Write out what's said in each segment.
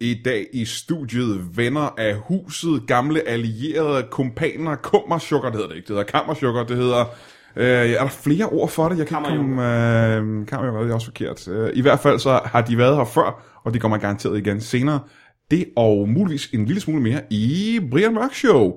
I dag i studiet venner af huset, gamle allierede, kompaner, kummersukker, det hedder det ikke, det hedder kammersukker, det hedder... Øh, er der flere ord for det? Jeg kan ikke komme... Øh, kammersukker, det er også forkert. Øh, I hvert fald så har de været her før, og de kommer garanteret igen senere. Det og muligvis en lille smule mere i Brian Mørk Show.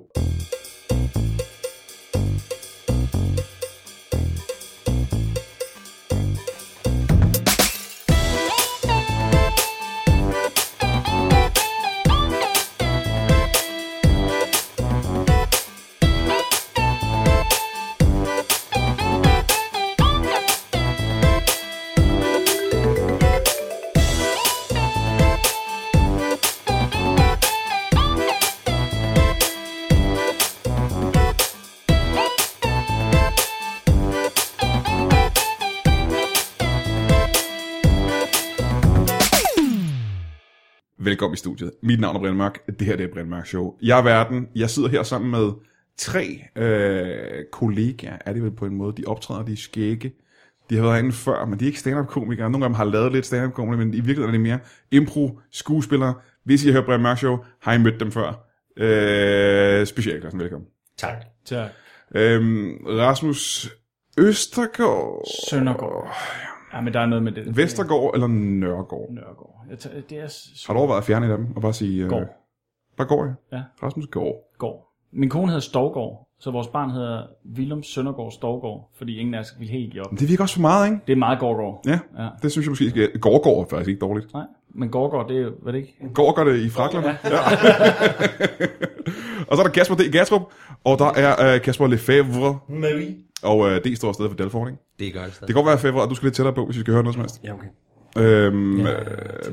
Velkommen i studiet. Mit navn er Brian Mørk. Det her det er Brian Mørk Show. Jeg er verden. Jeg sidder her sammen med tre øh, kollegaer. Er det vel på en måde? De optræder, de er skægge. De har været herinde før, men de er ikke stand-up-komikere. Nogle af dem har lavet lidt stand-up-komikere, men i virkeligheden er det mere impro, skuespillere. Hvis I har hørt Brian Mørk Show, har I mødt dem før. Øh, specialklassen, velkommen. Tak. Tak. Øhm, Rasmus Østergaard, Søndergaard. Ja, men der er noget med det. Vestergaard eller Nørgaard? Nørgaard. Jeg tager, det er s- Har du overvejet at fjerne et af dem og bare sige... Øh, Gård. Bare går jeg? Ja. Rasmus Gård. Gård. Min kone hedder Storgård, så vores barn hedder Willem Søndergaard Storgård, fordi ingen af os ville helt give op. Men Det virker også for meget, ikke? Det er meget Gårdgård. Ja, Ja. det synes jeg måske skal... Gårdgård er faktisk ikke dårligt. Nej, men Gårdgård, det er jo- var det ikke? Gård gør det i fraklerne. Ja. og så er der Kasper D. Gastrup, og der er uh, Kasper Lefebvre, Marie. og uh, D står stadig for Dalford, ikke? Det gør det stadig. Det kan godt være, Lefebvre, at du skal lidt tættere på, hvis vi skal høre noget som helst. Ja, okay. Øhm, ja,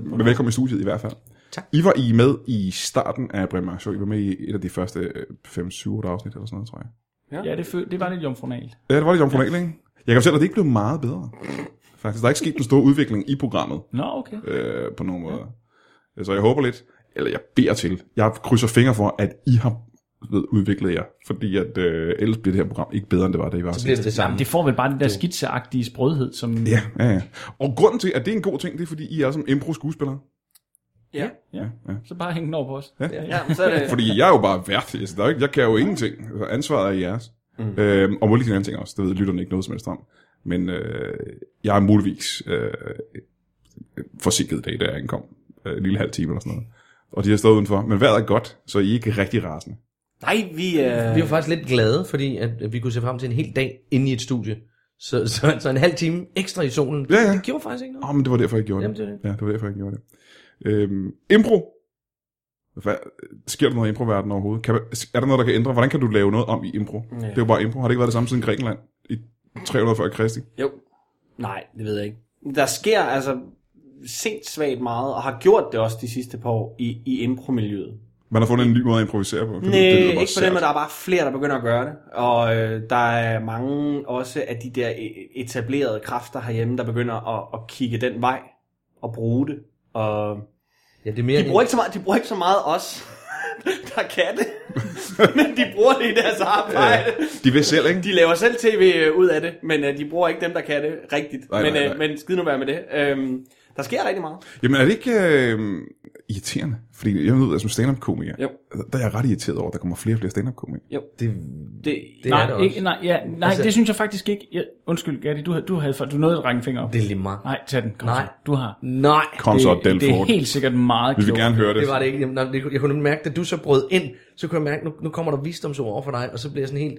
men velkommen i studiet i hvert fald. Tak. I var I med i starten af Bremer Show. I var med i et af de første øh, 5-7 afsnit eller sådan noget, tror jeg. Ja, det, fø- det var lidt jomfronalt. Ja, det var lidt jomfronal, ikke? Jeg kan fortælle dig, at det ikke blev meget bedre. Faktisk, der er ikke sket den store udvikling i programmet. Nå, okay. øh, på nogen måde. Ja. Så jeg håber lidt, eller jeg beder til, jeg krydser fingre for, at I har ved, udviklet jer, fordi at, øh, ellers bliver det her program ikke bedre, end det var, da I var. Så sidst. bliver det det samme. Jamen, det får vel bare den der skitseagtige sprødhed, som... Ja, ja, ja. Og grunden til, at det er en god ting, det er, fordi I er som impro-skuespillere. Ja. ja. Ja. Så bare hæng den over på os. Ja, men så er det... Fordi jeg er jo bare vært. Altså, der er jo ikke, jeg kan jo ingenting. Altså, ansvaret er jeres. Mm. Øhm, og muligvis en anden ting også. Det ved lytterne ikke noget som helst om. Men øh, jeg er muligvis øh, forsinket i dag, da jeg ankom. Øh, en lille halv time eller sådan noget. Og de har stået udenfor. Men vejret er godt, så I er ikke rigtig rasende. Nej, vi øh, er... Vi var faktisk lidt glade, fordi at vi kunne se frem til en hel dag inde i et studie. Så, så, så en halv time ekstra i solen, Ja, ja. det gjorde faktisk ikke Åh, noget. oh, men det var derfor, jeg gjorde Jamen, det. det er det. Ja, det var derfor, jeg gjorde det. Øhm, impro. Hvad, sker der noget i improverdenen overhovedet? Kan, er der noget, der kan ændre? Hvordan kan du lave noget om i impro? Ja. Det er jo bare impro. Har det ikke været det samme siden Grækenland i 300 før Kristi? Jo. Nej, det ved jeg ikke. Der sker altså sindssvagt meget, og har gjort det også de sidste par år i, i impromiljøet. Man har fundet en ny måde at improvisere på. Nej, ikke på den måde, der er bare flere, der begynder at gøre det. Og øh, der er mange også af de der e- etablerede kræfter herhjemme, der begynder at, at kigge den vej og bruge det. Og Ja, det er mere... de bruger ikke så meget, de bruger ikke så meget os, der kan det, men de bruger det i deres arbejde. Øh, De vil selv, ikke? De laver selv tv ud af det, men øh, de bruger ikke dem, der kan det rigtigt. Nej, men, nej, øh, nej. men skid nu være med det. Øhm, der sker rigtig meget. Jamen er det ikke øh, irriterende? Fordi jeg ved, at som stand-up-komiker, Jo. der er jeg ret irriteret over, at der kommer flere og flere stand-up-komikere. Det, Det, det er nej, det også. ikke, nej, ja, nej Altså- altså... det synes jeg faktisk ikke. Jeg, undskyld, Gatti, du, havde- du, havde, for- du nåede at række en finger op. Det er lige meget. Nej, tag den. Kom Nej. Så. Du har. Nej, Kom så, det, det er Delford. helt sikkert meget Vi vil klogt. gerne høre det. det var det ikke. Jamen, nej, det- Jeg kunne nemlig mærke, da du så brød ind, så kunne jeg mærke, nu, nu kommer der visdomsord over for dig, og så blev jeg sådan helt,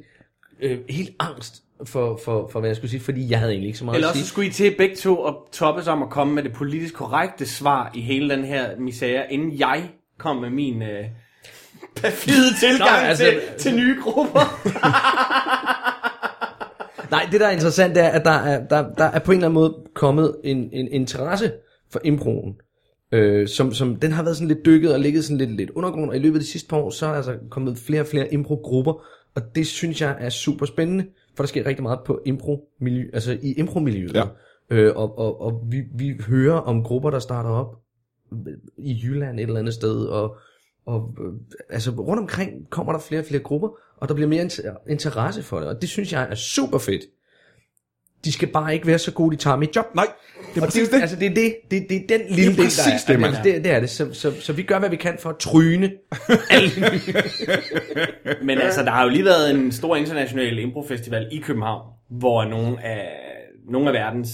øh, helt angst for, for, for, hvad jeg skulle sige, fordi jeg havde egentlig ikke så meget Eller at også sige. så skulle I til begge to og toppes om at komme med det politisk korrekte svar i hele den her misære, inden jeg kom med min øh, perfide tilgang Nå, Nå, altså- altså, til, til nye grupper. Nej, det der er interessant er, at der er, der, der er på en eller anden måde kommet en, en interesse for improen. Øh, som, som, den har været sådan lidt dykket og ligget sådan lidt, lidt undergrund, og i løbet af de sidste par år, så er der altså kommet flere og flere improgrupper, og det synes jeg er super spændende, for der sker rigtig meget på impro miljø, altså i impromiljøet. Ja. Øh, og og, og vi, vi hører om grupper, der starter op i Jylland et eller andet sted, og, og øh, altså rundt omkring kommer der flere og flere grupper, og der bliver mere inter- interesse for det, og det synes jeg er super fedt. de skal bare ikke være så gode, de tager mit job. Nej, det er Og det, præcis er- det. altså, det er det, det, det er den lille del, der er. præcis det, mand. Altså, det, det er det. Så, så, så vi gør, hvad vi kan for at tryne. Men altså, der har jo lige været en stor international improfestival i København, hvor nogle af, nogle af verdens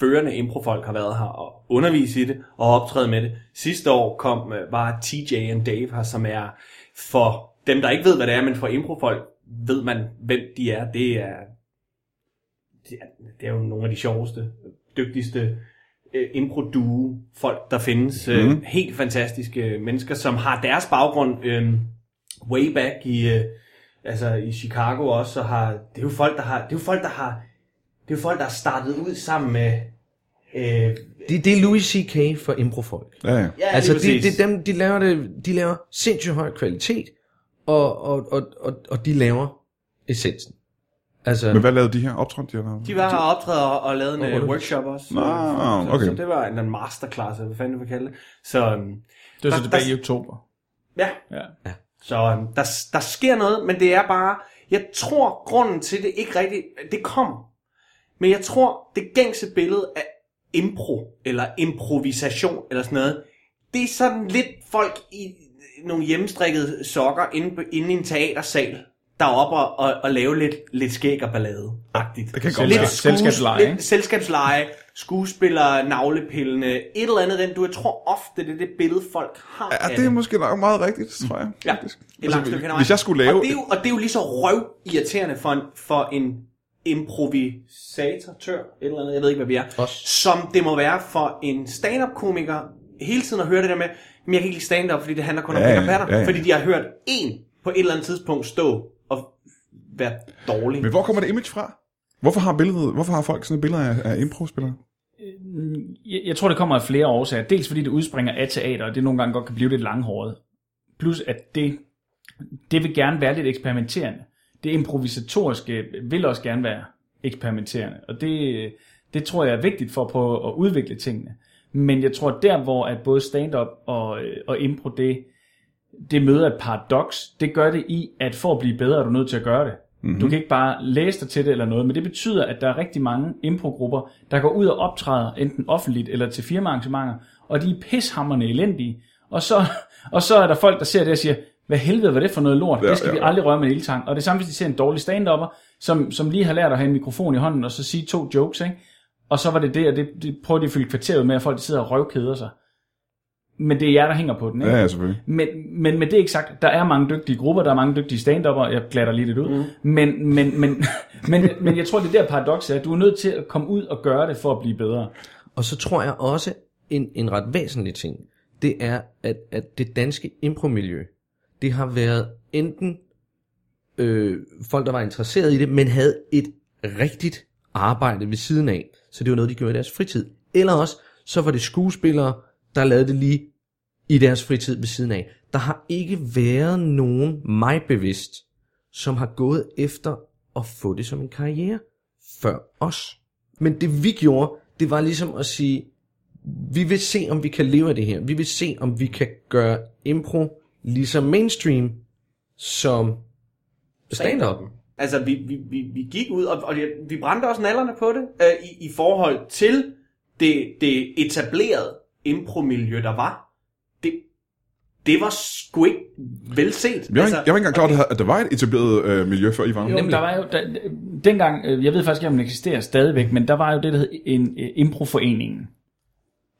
førende improfolk har været her og undervise i det og optræde med det. Sidste år kom øh, var TJ and Dave her, som er for dem, der ikke ved, hvad det er, men for improfolk ved man, hvem de er. Det er, det er, det er jo nogle af de sjoveste, dygtigste øh, impro-duo folk, der findes. Øh, Mhm. Helt fantastiske øh, mennesker, som har deres baggrund øh, way back i, øh, altså i Chicago også. Og har, det er jo folk, der har, det er jo folk, der har, det er jo folk, der har startet ud sammen med... Øh, Det, det er Louis C.K. for improfolk. Ja, ja. ja, altså, lige det, præcis. det, er dem, de laver det, de laver sindssygt høj kvalitet, og, og, og, og, og de laver essensen. Altså, Men hvad lavede de her optræden, de har lavet? De var her og optræde og, og lavede en Og øh, underviste. workshop også. Nå, Så- okay. Så det var en, en masterclass, eller hvad fanden du vil kalde det. Så øhm, Det var så Der- tilbage der- i oktober. ja, Ja. så øhm, der, der sker noget, men det er bare, jeg tror grunden til det ikke rigtigt, det kommer. Men jeg tror, det gængse billede af impro, eller improvisation, eller sådan noget, det er sådan lidt folk i nogle hjemmestrikkede sokker inde, på- inde i en teatersal, deroppe og, og, og lave lidt, lidt skæg og ballade-agtigt. Det kan Selv- godt være. Lidt- selskabsleje, Lidt ikke? selskabsleje, skuespillere, navlepillene, et eller andet den. Du jeg tror ofte, det er det billede, folk har Ja, af det er måske nok meget rigtigt, tror jeg. Mm. Ja, faktisk. Altså, et langt stykke hen ad vejen. hvis jeg skulle lave... Og det er jo, og det er jo lige så røv irriterende for en, for en improvisatør, et eller andet, jeg ved ikke, hvad vi er, Os. som det må være for en stand-up-komiker hele tiden at høre det der med, men jeg kan ikke lide stand-up, fordi det handler kun om Ja, ja, ja, patter, ja, ja. fordi de har hørt en på et eller andet tidspunkt stå og være dårlig. Men hvor kommer det image fra? Hvorfor har, billedet, hvorfor har folk sådan et billede af, af impro-spillere? Jeg, jeg tror, det kommer af flere årsager. Dels fordi det udspringer af teater, og det nogle gange godt kan blive lidt langhåret. Plus at det, det vil gerne være lidt eksperimenterende. Det improvisatoriske vil også gerne være eksperimenterende. Og det, det tror jeg er vigtigt for at prøve at udvikle tingene. Men jeg tror, der hvor at både stand-up og, og impro, det, det møder et paradoks, det gør det i, at for at blive bedre, er du nødt til at gøre det. Mhm. Mm-hmm. Du kan ikke bare læse dig til det eller noget, men det betyder, at der er rigtig mange improgrupper, der går ud og optræder, enten offentligt eller til firmaarrangementer, og de er pishammerne elendige. Og så, og så er der folk, der ser det og siger, hvad helvede var det for noget lort, Ja, det skal ja, vi ja. aldrig røre med en ildtang. Og det samme, hvis de ser en dårlig stand-upper, som, som lige har lært at have en mikrofon i hånden og så sige to jokes, ikke? Og så var det det, og det, det prøver de at fylde kvarteret med, at folk de sidder og røvkeder sig. Men det er jer, der hænger på den, ikke? Ja, ja selvfølgelig. Men, men med det ikke sagt, der er mange dygtige grupper, der er mange dygtige stand jeg glatter lige lidt ud, mm. men, men, men, men, men jeg tror, det der paradoks er, at du er nødt til at komme ud og gøre det for at blive bedre. Og så tror jeg også, en, en ret væsentlig ting, det er, at, at det danske impromiljø, det har været enten øh, folk, der var interesseret i det, men havde et rigtigt arbejde ved siden af. Så det var noget, de gjorde i deres fritid. Eller også, så var det skuespillere, der lavede det lige i deres fritid ved siden af. Der har ikke været nogen mig bevidst, som har gået efter at få det som en karriere før os. Men det vi gjorde, det var ligesom at sige, vi vil se, om vi kan leve af det her. Vi vil se, om vi kan gøre impro ligesom mainstream, som stand-up. Altså, vi, vi, vi, vi gik ud, og, og det- vi brændte også nallerne på det, øh, i, i forhold til det, det etablerede impromiljø, der var. Det, det var sgu ikke velset. Jeg var, altså, jeg var ikke engang klar, over, at der havde- at der var et etableret øh, miljø før I var Jo, her. Nemlig. der var jo, der, dengang, øh, jeg ved faktisk ikke, om den eksisterer stadigvæk, men der var jo det, der hed en øh, improforeningen.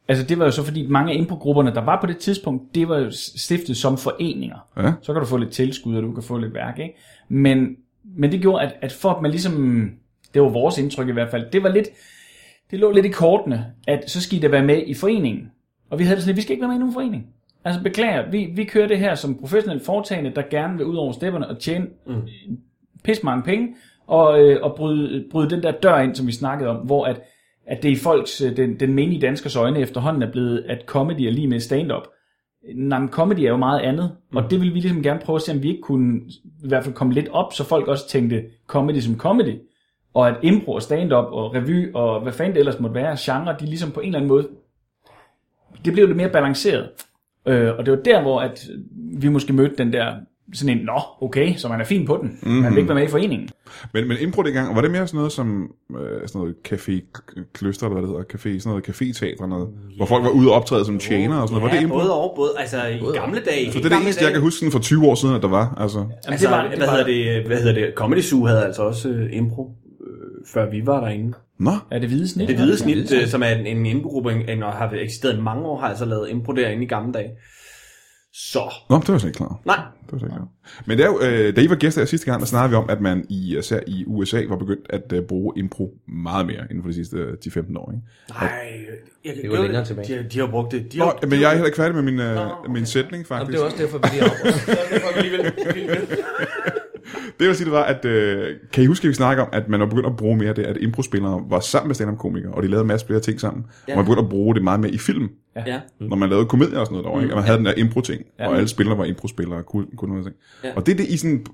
Altså det var jo så, fordi mange af improgrupperne, der var på det tidspunkt, det var jo stiftet som foreninger. Ja. Så kan du få lidt tilskud, og du kan få lidt værk, ikke? Men, men det gjorde, at, at for at man ligesom, det var vores indtryk i hvert fald, det var lidt, det lå lidt i kortene, at så skal I da være med i foreningen. Og vi havde det sådan lidt, vi skal ikke være med i nogen forening. Altså beklager, vi, vi kører det her som professionelle foretagende, der gerne vil ud over stepperne og tjene mm. pis mange penge, og, øh, og bryde, bryde den der dør ind, som vi snakkede om, hvor at, at det i folks, øh, den, den menige danskers øjne efterhånden er blevet, at comedy er lige med stand-up. Nej, men comedy er jo meget andet, og det ville vi ligesom gerne prøve at se, om vi ikke kunne i hvert fald komme lidt op, så folk også tænkte comedy som comedy, og at impro og stand-up og revy og hvad fanden det ellers måtte være, genre, de ligesom på en eller anden måde, det blev lidt mere balanceret. Øh, og det var der, hvor at vi måske mødte den der sådan en, nå, okay, så man er fin på den. Mm-hmm. Man Mhm. vil ikke være med i foreningen. Men, men impro dengang, var det mere sådan noget som øh, sådan noget café kløster, eller hvad det hedder, café, sådan noget caféteater, noget, hvor folk var ude og optræde som tjenere og sådan noget. ja, var det impro? både og både. Altså, i gamle dage. Så det er det eneste, jeg kan huske sådan for 20 år siden, at der var. Altså, Jamen, Altså, det var, det hvad, var, hedder det, hvad hedder det? Comedy Zoo havde altså også øh, impro, øh, før vi var derinde. nå, Er det hvide snit? Det hvide snit, øh, som er en, en improgruppe, en, og har eksisteret i mange år, har altså lavet impro derinde i gamle dage. Så, nå, det var jeg slet ikke klar. over. nej, Det var jeg slet ikke klar. over. Men det er jo, øh, da I var gæster her sidste gang, der snakkede vi om, at man i, især i USA var begyndt at øh, bruge impro meget mere inden for de sidste øh, 10-15 år. Ikke? nej. Jeg, Det var længere tilbage. De, har- de har brugt det. De har, Nå, men jeg er heller ikke færdig med min, øh, min sætning, Jamen, faktisk. det er også derfor, vi lige afbryder. Det jeg vil sige, det var, at øh, kan I huske, at vi snakker om, at man var begyndt at bruge mere det, at improspillere var sammen med stand-up-komikere, og de lavede en masse flere ting sammen, ja. og man begyndte at bruge det meget mere i film, Ja. når man lavede komedier og sådan noget derovre, ikke? og man havde den der impro-ting, og alle spillere var impro-spillere og kunne, kunne noget ting. Ja. Og det er det, I sådan,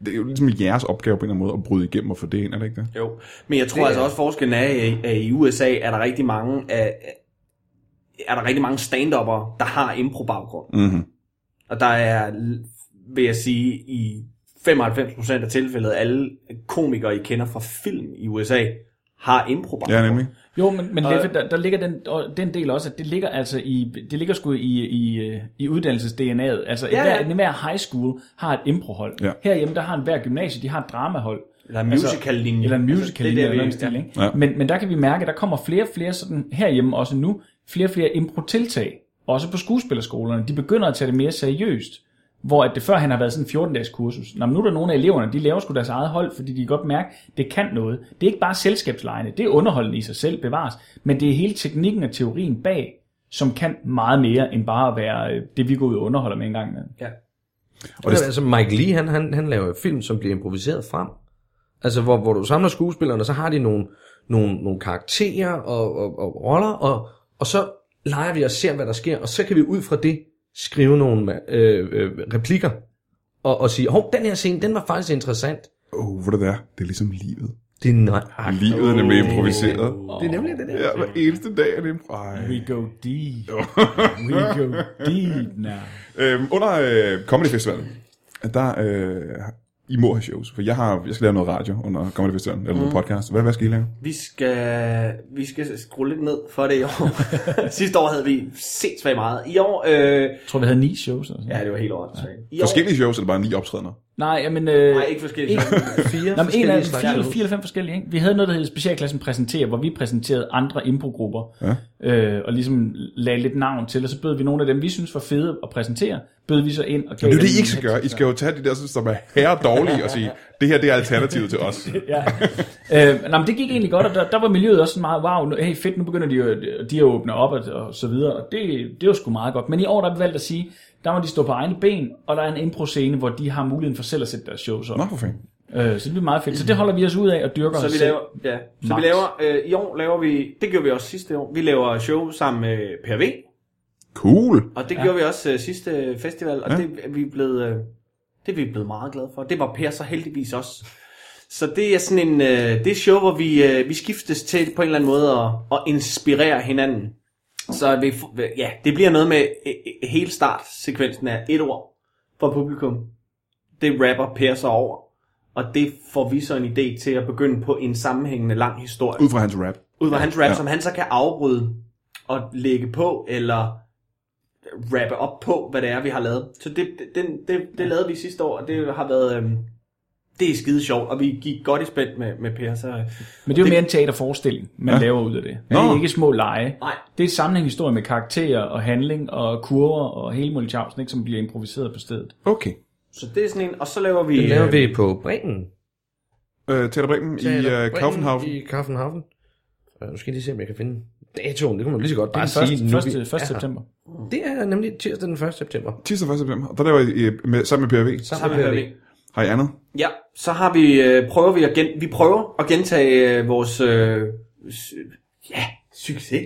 det er jo ligesom jeres opgave på en eller anden måde at bryde igennem og få det ind, er det ikke det? Jo, men jeg tror altså også forskellen er, at- at i USA er der rigtig mange af er der rigtig mange stand der har impro-baggrund. Mm-hmm. Og der er, vil jeg sige, i 95% af tilfældet, alle komikere, I kender fra film i USA, har impro Ja, nemlig. Jo, men, men Leffe, der, der ligger den, og den del også, at det ligger altså i, det ligger sgu i, i, øh, i uddannelses-DNA'et. Altså, ja, Ja, hver, ja. hver high school har et improhold. Ja. Herhjemme, der har en hver gymnasie, de har et dramahold. Eller musical-linje. Eller en Altså, musical det er altså, der, eller vi- en stil, ikke? Ja. Ja. Men, men der kan vi mærke, at der kommer flere og flere sådan, herhjemme også nu, flere og flere impro-tiltag. Også på skuespillerskolerne. De begynder at tage det mere seriøst. Hvor at det før han har været sådan en 14-dages kursus. Nå, men nu er der nogle af eleverne, de laver sgu deres eget hold, fordi de kan godt mærke, at det kan noget. Det er ikke bare selskabslejene, det er underholdende i sig selv bevares. Men det er hele teknikken og teorien bag, som kan meget mere end bare at være øh, det, vi går ud og underholder med en gang imellem. Ja. Og det- altså Mike Lee, han, han, han laver jo film, som bliver improviseret frem. Altså, hvor, hvor du samler skuespillerne, og så har de nogle, nogle, nogle karakterer og, og, og roller, og, og så leger vi og ser, hvad der sker, og så kan vi ud fra det skrive nogle øh, øh, replikker, og, og sige, hov, den her scene, den var faktisk interessant. Åh, oh, hvor det er. Det er ligesom livet. Det er nej. Livet er nemlig improviseret. Det er nemlig det der. Ja, hver eneste dag er det impro. Ej. We go deep. We go deep now. Øhm, under øh, Comedy Festivalen, der øh, I må have shows, for jeg, har, jeg skal lave noget radio under Comedy Festivalen, eller Mm. noget podcast. Hvad, hvad skal I lave? Vi skal, vi skal skrue lidt ned for det i år. Sidste år havde vi sindssygt meget. I år, øh, Jeg tror, vi havde ni shows. Eller sådan. ja, det var helt åndssvagt. I år- Forskellige shows, eller bare ni optrædener? Nej, men... Øh, Nej, ikke forskellige. Fire Nå, men en af forskellige fire, slags. eller fire eller fem forskellige. Ikke? Vi havde noget, der hed Specialklassen præsenterer, hvor vi præsenterede andre improgrupper Ja. øh, og ligesom lagde lidt navn til, og så bød vi nogle af dem, vi synes var fede at præsentere, bød vi så ind og gav Det er jo det, dem I en ikke skal gøre. I skal jo tage de der, som er herre dårlige, og sige, det her det er alternativet til os. Ja. Øh, nå, men det gik egentlig godt, og der, der var miljøet også sådan meget, wow, nu, hey fedt, nu begynder de, jo, de at åbne op og, og så videre, og det, det var sgu meget godt. Men i år der har vi valgt at sige, der må de stå på egne ben, og der er en impro-scene, hvor de har muligheden for selv at sætte deres shows op. Nå, for fanden. Øh, så det bliver meget fedt. Så det holder vi os ud af og dyrker Så os vi selv. laver, ja, så vi Max. laver øh, i år laver vi, det gjorde vi også sidste år, vi laver show sammen med Per V, Cool. og det ja. gjorde vi også øh, sidste festival, og ja. det, er vi blevet, øh, det er vi blevet meget glade for. Det var Per så heldigvis også. Så det er sådan en, øh, det er show, hvor vi, øh, vi skiftes til på en eller anden måde at, at inspirere hinanden. Så vi, f- øh, ja, det bliver noget med øh, øh, hele startsekvensen af et ord fra publikum. Det rapper Per så over. Og det får vi så en idé til at begynde på en sammenhængende lang historie Ud fra hans rap. ud fra hans rap, Ja. ja. som han så kan afbryde og lægge på, eller rappe op på, hvad det er, vi har lavet. Så det, det, den- det, det lavede vi sidste år, og det har været... Øhm, det er skide sjovt, og vi gik godt i spænd med, med Per. Så, øh, Men det er jo Det- mere en teaterforestilling, man Ja. ja. laver ud af det. Nå. Det er ikke små lege. Nej. Det er et sammenhængshistorie med karakterer og handling og kurver og hele muligt tjavsen, ikke, som bliver improviseret på stedet. Okay. så det er sådan en... Og så laver vi... Det laver øh, vi på Bremen. Øh, Teater Bremen i Teater uh, Bremen Kaufenhavn. I Kaufenhavn. Øh, Nu skal jeg lige se, om jeg kan finde datoen. Det kunne man lige så godt Det bare er sige. den nu første, vi første, første er her. september. Det er nemlig tirsdag den 1. september. Tirsdag 1. september. Og der laver I øh, med, sammen med PRV. så har vi, med vi, PRV. Har I andet? Ja, så har vi, øh, prøver vi at gen, vi prøver at gentage øh, vores øh, s- ja, succes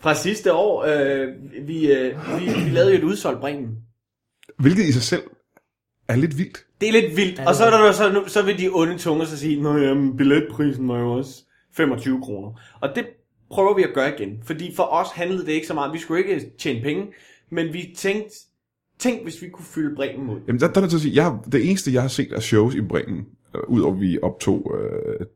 fra sidste år. Øh, vi, øh, vi, vi lavede jo et udsolgt Bremen. Hvilket i sig selv er lidt vildt. Det er lidt vildt. Og så, er der, jo så, nu- så vil de onde tunger så sige, Nå jamen, billetprisen var jo også 25 kroner. Og det prøver vi at gøre igen. Fordi for os handlede det ikke så meget. Vi skulle ikke tjene penge. Men vi tænkte, Tænk, hvis vi kunne fylde Bremen ud. Jamen, der, der er nødt til at sige, jeg, har- det eneste, jeg har set af shows i Bremen, øh, udover at vi optog øh,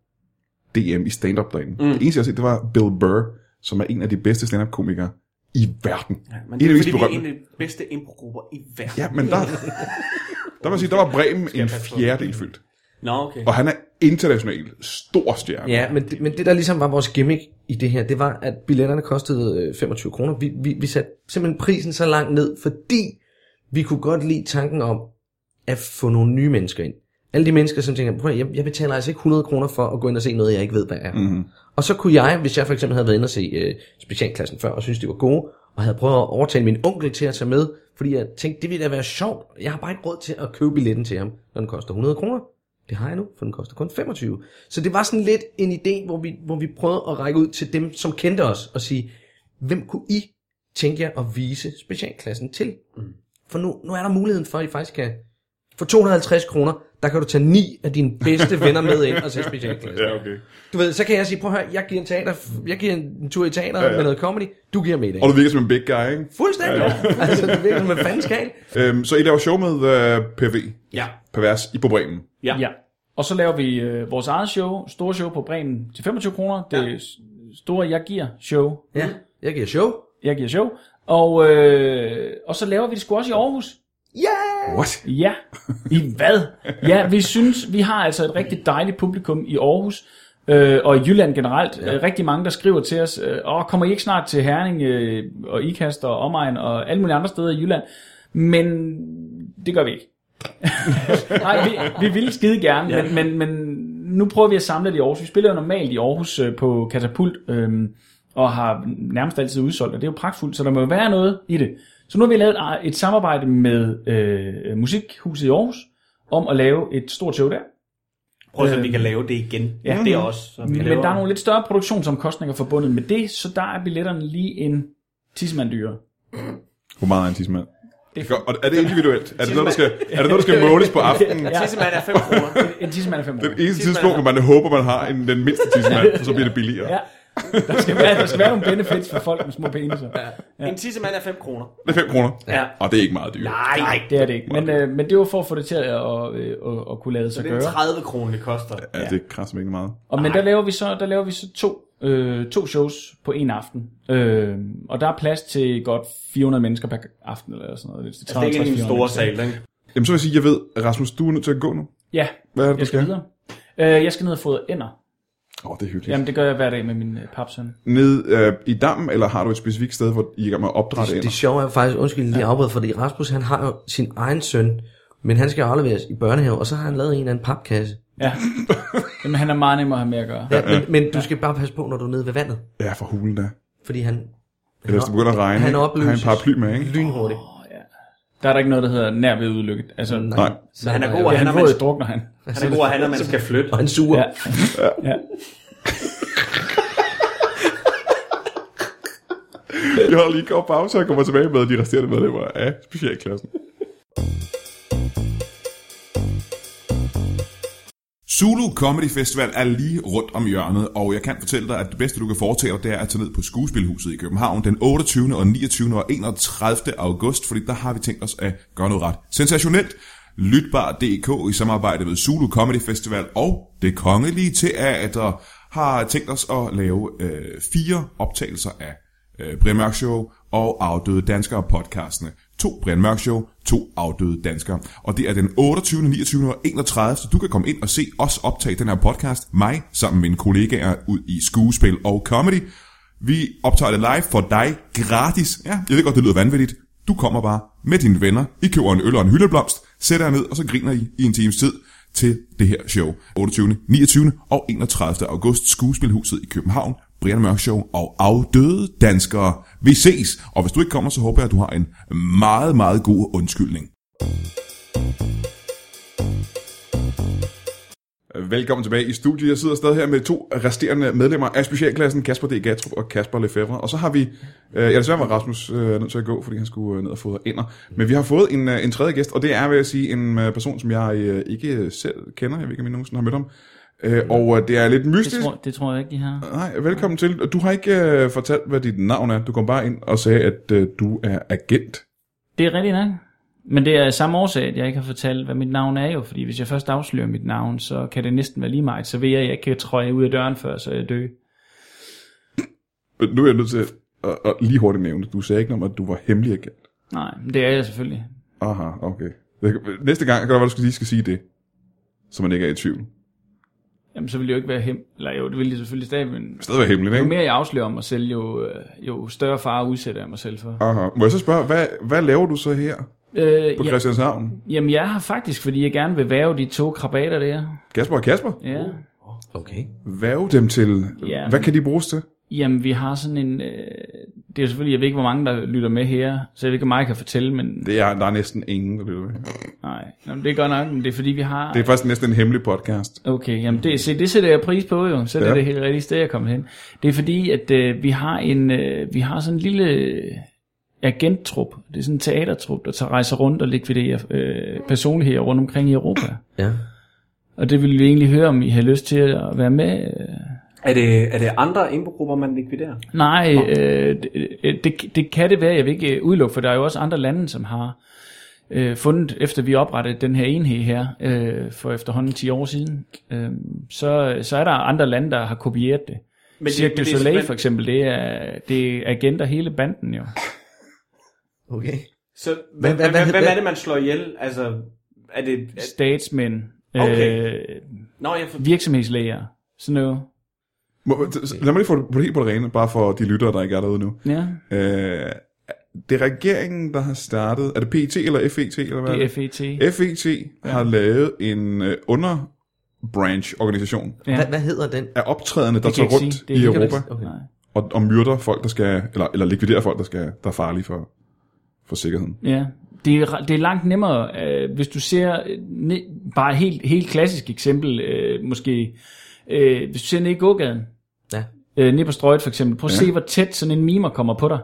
DM i stand-up derinde, mm. det eneste, jeg har set, det var Bill Burr, som er en af de bedste stand-up-komikere i verden. Ja, Men det en er af de mest fordi, vi er berømte. en af de bedste improgrupper i verden. Ja, men der, der må jeg sige, der var Bremen en fjerdedel fyldt. Nå, okay. Og han er international stor stjerne. Ja, men det, men det der ligesom var vores gimmick i det her, det var, at billetterne kostede øh, 25 kroner. Vi, vi, vi satte simpelthen prisen så langt ned, fordi vi kunne godt lide tanken om at få nogle nye mennesker ind. Alle de mennesker, som tænker, prøv at høre, jeg, jeg betaler altså ikke 100 kroner for at gå ind og se noget, jeg ikke ved, hvad er. Mm-hmm. Og så kunne jeg, hvis jeg for eksempel havde været inde og se øh, specialklassen før, og synes de var gode, og havde prøvet at overtale min onkel til at tage med, fordi jeg tænkte, det ville da være sjovt. Jeg har bare ikke råd til at købe billetten til ham, når den koster 100 kroner. Det har jeg nu, for den koster kun 25. Så det var sådan lidt en idé, hvor vi, hvor vi prøvede at række ud til dem, som kendte os, og sige, hvem kunne I tænke jer at vise specialklassen til? Mm. For nu, nu er der muligheden for, at I faktisk kan... For 250 kroner, der kan du tage ni af dine bedste venner med ind og se specialklassen. Ja, okay. Du ved, så kan jeg sige, prøv at høre, jeg giver en, teater, jeg giver en tur i teateret ja, ja. med noget comedy, du giver middag. Og du virker som en big guy, ikke? Fuldstændig. Ja, ja. altså, det virker som en fandenskal. Øhm, så I laver show med øh, PV, Ja. Pervers, i på Bremen. Ja. Ja. Og så laver vi øh, vores eget show, store show på Bremen til 25 kroner. Det ja. store Jeg Giver show. Ja, jeg giver show. Jeg Giver show. Og, øh, og så laver vi det sgu også i Aarhus. What? Ja, i hvad? Ja, vi synes, vi har altså et rigtig dejligt publikum i Aarhus, øh, og i Jylland generelt. Ja. Rigtig mange, der skriver til os, øh, åh, kommer I ikke snart til Herning øh, og Ikast og omegn og alle mulige andre steder i Jylland? Men det gør vi ikke. Nej, vi, vi ville skide gerne, ja. men, men, men nu prøver vi at samle det i Aarhus. Vi spiller jo normalt i Aarhus øh, på Katapult, øh, og har nærmest altid udsolgt, og det er jo pragtfuldt, så der må jo være noget i det. Så nu har vi lavet et- et samarbejde med øh, Musikhuset i Aarhus, om at lave et stort show der. Prøv at se, om vi kan lave det igen. Øh, Ja, det er også. så vi Men laver- der er nogle lidt større produktionsomkostninger forbundet med det, så der er billetterne lige en tissemand dyre. Hvor meget er en tidsmand? Og er det individuelt? Er det noget, der skal, er det noget, der skal måles på aftenen? Ja. Tissemand er 5 kroner. En tissemand er fem Den kroner. eneste tidspunkt, hvor man håber, man har en, den mindste tidsmand, for så bliver det billigere. Ja. Der skal, være, der skal være nogle benefits for folk med små peniser. En tissemand er 5 kroner. Det er 5 kroner. Ja. Og det er ikke meget dyrt. Nej, nej. Det er det ikke. Men, øh, men det var for at få det til at, at, at, at kunne lade sig Det er gøre. 30 kroner, det koster. Altså, Ja, det krasser ikke meget. Og, men der laver vi så, der laver vi så to, øh, to shows på en aften. Øh, og der er plads til godt 400 mennesker per aften, eller sådan noget. Altså, det er ikke en 350-400 stor mennesker. sal, ikke? Jamen, så vil jeg sige, jeg ved, Rasmus, du er nødt til at gå nu. Ja, Hvad er det, du jeg skal skal? videre. Øh, jeg skal ned og fodre ender. Åh, oh, det er hyggeligt. Jamen. Jamen, det gør jeg hver dag med min øh, papsøn. Ned øh, i dammen, eller har du et specifikt sted, hvor I er i gang med at opdrætte Det ender? sjove er jo faktisk, undskyld lige afbred, fordi Rasmus han har jo sin egen søn, men han skal jo afleveres i børnehave, og så har han lavet en eller anden papkasse. Ja. Jamen, han er meget nemmere at have med at gøre. Ja, men, men du skal bare passe på, når du er nede ved vandet, Ja, for hulen da. fordi han Eller hvis det begynder at regne, han ikke? opløses. Har en paraply med, ikke? lynhurtigt. Der er der ikke noget, der hedder nær ved udlykket. Altså, Nej. Så han er der god, jo- Ja, han er han både mand- drukner han. Han er god, at han, når man skal flytte. Og han suger. Ja. Ja. ja. Jeg holder lige en kort pause, og jeg kommer tilbage med de resterende medlemmer af specialklassen. Zulu Comedy Festival er lige rundt om hjørnet, og jeg kan fortælle dig, at det bedste, du kan foretage dig, det er at tage ned på Skuespilhuset i København den 28., og 29. og 31. august, fordi der har vi tænkt os at gøre noget ret sensationelt. Lytbar.dk i samarbejde med Zulu Comedy Festival og Det Kongelige Teater har tænkt os at lave øh, fire optagelser af øh, Brian Mørk Show og Afdøde Danskere podcastene. To Brian Mørk Show, to Afdøde Danskere. Og det er den 28., 29. og 31. Så du kan komme ind og se os optage den her podcast, mig sammen med mine kollegaer ud i skuespil og comedy. Vi optager det live for dig gratis. Ja, jeg ved godt, det lyder vanvittigt. Du kommer bare med dine venner, I køber en øl og en hyldeblomst, sætter jer ned, og så griner I i en times tid til det her show. 28., 29. og 31. august Skuespilhuset i København. Brian Mørk Show og afdøde danskere. Vi ses, og hvis du ikke kommer, så håber jeg, at du har en meget, meget god undskyldning. Velkommen tilbage i studiet. Jeg sidder stadig her med to resterende medlemmer af specialklassen, Kasper D. Gatrup og Kasper Lefebvre. Og så har vi, øh, ja desværre var Rasmus øh, nødt til at gå, fordi han skulle øh, ned og fodre ender. Men vi har fået en, øh, en tredje gæst, og det er, vil jeg sige, en øh, person, som jeg øh, ikke selv kender. Jeg ved ikke, om I nogensinde har mødt ham. Øh, og øh, det er lidt mystisk. Det, tror, det tror jeg ikke, de har. Nej, velkommen til. Du har ikke øh, fortalt, hvad dit navn er. Du kom bare ind og sagde, at øh, du er agent. Det er rigtigt, ikke? Men det er af samme årsag, at jeg ikke har fortalt, hvad mit navn er jo, fordi hvis jeg først afslører mit navn, så kan det næsten være lige meget, så ved jeg, at jeg ikke kan trøje ud af døren før, så jeg dø. Men Øh, nu er jeg nødt til at, at lige hurtigt nævne, det. du sagde ikke om, at du var hemmelig agent. Nej, men det er jeg selvfølgelig. Aha, okay. Jeg kan- Næste gang kan det være, du skal lige skal sige det, så man ikke er i tvivl. Jamen, så vil jeg jo ikke være hem... Eller jo, det vil jeg selvfølgelig stadig, men Stadig være hemmelig, jo ikke? mere jeg afslører mig selv, jo, øh, jo større fare udsætter jeg mig selv for. Aha. Må jeg så spørge, hvad, hvad laver du så her Øh, på ja, Christianshavn? jamen, jeg har faktisk, fordi jeg gerne vil væve de to krabater der. Kasper og Kasper, Ja. Okay. væv dem til. Ja. Hvad kan de bruges til? Jamen, vi har sådan en... Øh, det er jo selvfølgelig, jeg ved ikke, hvor mange, der lytter med her, så jeg ved ikke, hvor meget jeg kan fortælle, men... Det er, der er næsten ingen, der lytter med. Nej, jamen, det er godt nok, men det er fordi, vi har... Det er faktisk næsten en hemmelig podcast. Okay, jamen det, se, det sætter jeg pris på jo, så er det Ja. ja. det helt rigtige sted, jeg er kommet hen. Det er fordi, at øh, vi, har en, øh, vi har sådan en lille øh, agenttrup, det er sådan en teatertrup, der tager rejser rundt og likviderer øh, personligheder rundt omkring i Europa. Ja. Og det ville vi egentlig høre, om I har lyst til at være med. øh. Er det, er det andre improgrupper, man likviderer? Nej, øh, det, det, det kan det være, jeg vil ikke øh, udelukke, for der er jo også andre lande, som har øh, fundet, efter vi oprettede den her enhed her, øh, for efterhånden 10 år siden, øh, så, så er der andre lande, der har kopieret det. Men det- Cirque du det er Soleil simpelthen- for eksempel, det er, det er agenter hele banden jo. Okay. Så hvad, hvad- hvad, hvad- hvad, hvem hvad- er det, man slår ihjel? Altså, er det... Er, Statsmænd, Okay. øh, nå, jeg for, virksomhedslæger, sådan noget. Må, lad mig lige få det- få det helt på det rene, bare for de lyttere, der ikke er derude nu. Ja, Øh, det er regeringen, der har startet... Er det PET eller FET, eller hvad? det er E FET. FET ja. har lavet en øh, underbranch-organisation Ja. Hvad, hvad hedder den? af optrædende, der Det kan tager jeg ikke rundt sige. Det i kan du ikke- Europa Okay. Nej. og, og myrder folk, der skal, eller, eller likviderer folk, der, skal, der er farlige for, for sikkerheden. Ja, det er, det er langt nemmere, øh, hvis du ser øh, ne, bare et helt, helt klassisk eksempel, øh, måske, øh, hvis du ser ned i gågaden, Ja. øh, ned på strøget for eksempel, prøv at Ja. se, hvor tæt sådan en mimer kommer på dig,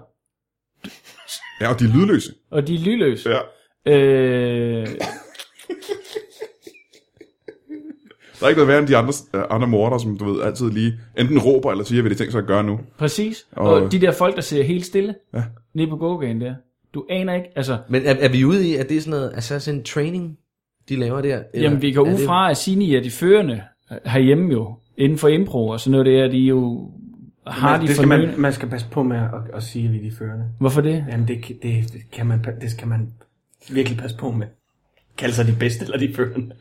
Ja, og de er lydløse. og de er lydløse. Ja. Øh, Der er ikke noget værre end de andre, øh, andre morder, som du ved, altid lige enten råber eller siger, hvad de tænker sig at gøre nu. præcis, og, Og- og de der folk, der sidder helt stille, Ja. ned på gågaden der, du aner ikke, altså, Men er, er vi ude i, at det er sådan noget assassin training, de laver der? Eller Jamen, vi går er ud det- fra, at Sini er de førende herhjemme jo, inden for impro og sådan noget der, de er jo har man, de det for skal man... man, man skal passe på med at, at sige, at vi er de førende. Hvorfor det? Jamen, det, kan- det, det kan man, det skal man virkelig passe på med. Kalde sig de bedste eller de førende.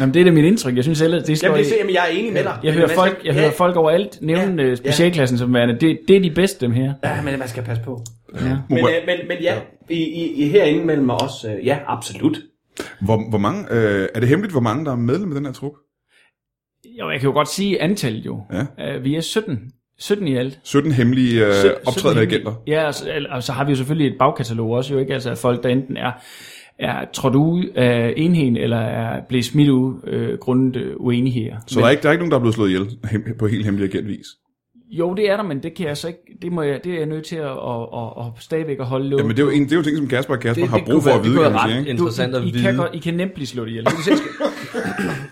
Jamen, det er da mit indtryk. Jeg synes ellers, det står Jamen, i- det, jamen, jeg er enig med dig. Jeg Men hører, man folk, skal- jeg hører folk overalt nævne Ja. ja, specialklassen som værende. Det, det er de bedste, dem her. Ja, men man skal passe på. Ja. Må Men, man- øh, men, men ja, i, i, i herinde mellem os, øh, ja, absolut. Hvor, hvor mange, øh, er det hemmeligt, hvor mange, der er medlem af den her trup? Jo, jeg kan jo godt sige antallet jo. Ja. Uh, vi er 17. 17 i alt. 17 hemmelige øh, 17 optrædende hemmelige- agenter. Ja, og så, eller- og så har vi jo selvfølgelig et bagkatalog også jo, ikke? Altså folk, der enten er, er trådt ud af enheden, eller er blevet smidt ud øh, grundet øh, uenigheder. Så der er, ikke, der er ikke nogen, der er blevet slået ihjel hem, på helt hemmelig agentvis. Jo, det er der, men det kan jeg så ikke, det, må jeg, det er jeg nødt til at, at, at, at stadigvæk at holde lukket. Jamen, det er jo, en, det er jo ting, som Kasper og Kasper Det- det, har det brug kunne for være- at det vide, kunne kan være man sige. ret Ikke? interessant at I, vide. kan godt, I kan nemt blive slået ihjel.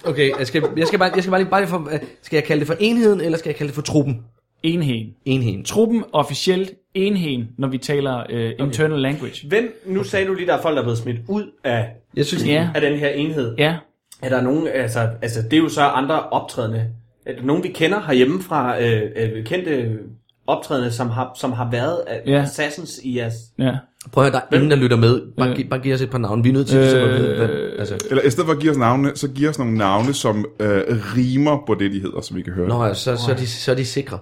Okay, jeg skal, jeg skal bare, jeg skal bare lige, bare lige for, øh, skal jeg kalde det for enheden, eller skal jeg kalde det for truppen? Enheden. Enheden. Tru- truppen officielt enheden, når vi taler øh, internal language. Hvem, nu sagde du lige, der er folk, der er blevet smidt ud af, Jeg synes, Ja, af den her enhed. ja. Er der nogen, altså, altså det er jo så andre optrædende. Er der nogen, vi kender herhjemme fra øh, øh, kendte optrædende, som har, som har været øh, Ja. assassins i jeres... ja. prøv at høre, der er ingen, der lytter med. Bare, Øh. gi- bare giv os et par navne. Vi er nødt til ligesom at vide, hvad, altså. Eller i stedet for at give os navne, så giv os nogle navne, som øh, rimer på det, de hedder, som vi kan høre. Nå, ja, så, så, er de, så er de sikre.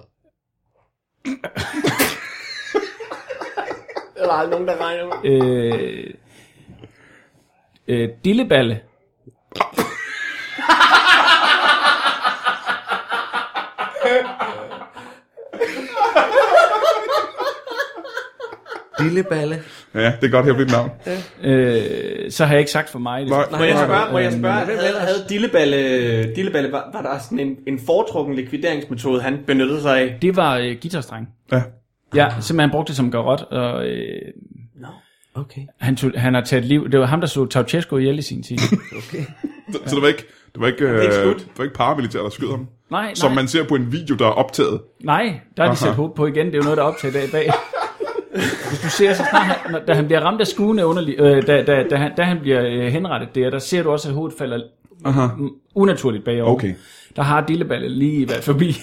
Der er aldrig nogen, der regner med. Øh, øh, dilleballe. Lilleballe. Ja, det er godt her navn. Øh, så har jeg ikke sagt for mig. Nej, Må jeg nej, spørge, må jeg Øhm, spørge hvem havde, havde Dilleballe, Dilleballe var, var der sådan en, en foretrukken likvideringsmetode, han benyttede sig af? Det var øh, guitarstreng. Ja. Ja, simpelthen brugte det som garot, og øh, Okay. han, tog, han har taget liv. Det var ham, der slog Tauchesco ihjel i sin tid. Så, så det var ikke, det var ikke, øh, det er ikke slut. det var ikke paramilitær, der skød ham. Nej, nej, Som man ser på en video, der er optaget. nej, der har de sat håb på igen. Det er jo noget, der er optaget af bag. Hvis du ser så snart, han, når, da han bliver ramt af skuen af underlig, øh, da, da, da, han, da han bliver øh, henrettet der, der ser du også, at hovedet falder Aha. mm, unaturligt bagover. Okay. Der har Dilleballe lige været forbi.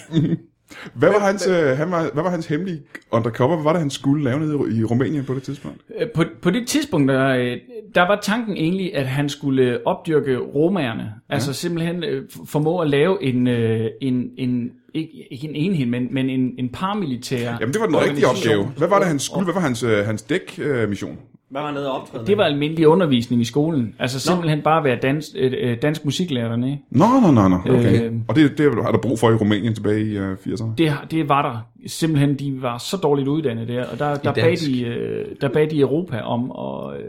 Hvad var, hans, øh, han var, hvad var hans hemmelige undercover? Hvad var det, han skulle lave nede i Ru- i Rumænien på det tidspunkt? Øh, på, på det tidspunkt, der, øh, der var tanken egentlig, at han skulle øh, opdyrke romerne. Ja. Altså simpelthen øh, f- formå at lave en, øh, en, en ikke, ikke en enhed, men, men en, en paramilitær Jamen, det var den rigtige organisation. opgave. Hvad var det, han skulle? Hvad var hans, øh, hans dæk-mission? Hvad var nede og optræde Det var almindelig undervisning i skolen. Altså simpelthen bare være dansk, øh, øh, dansk musiklærer dernede. Nå, nå, nå, nå. Okay. Øhm. Og det, det har der brug for i Rumænien tilbage i øh, 80'erne? Det, har- det var der. Simpelthen, de var så dårligt uddannet der. Og der, der, bad, dansk. de, øh, der bad de Europa om og øh,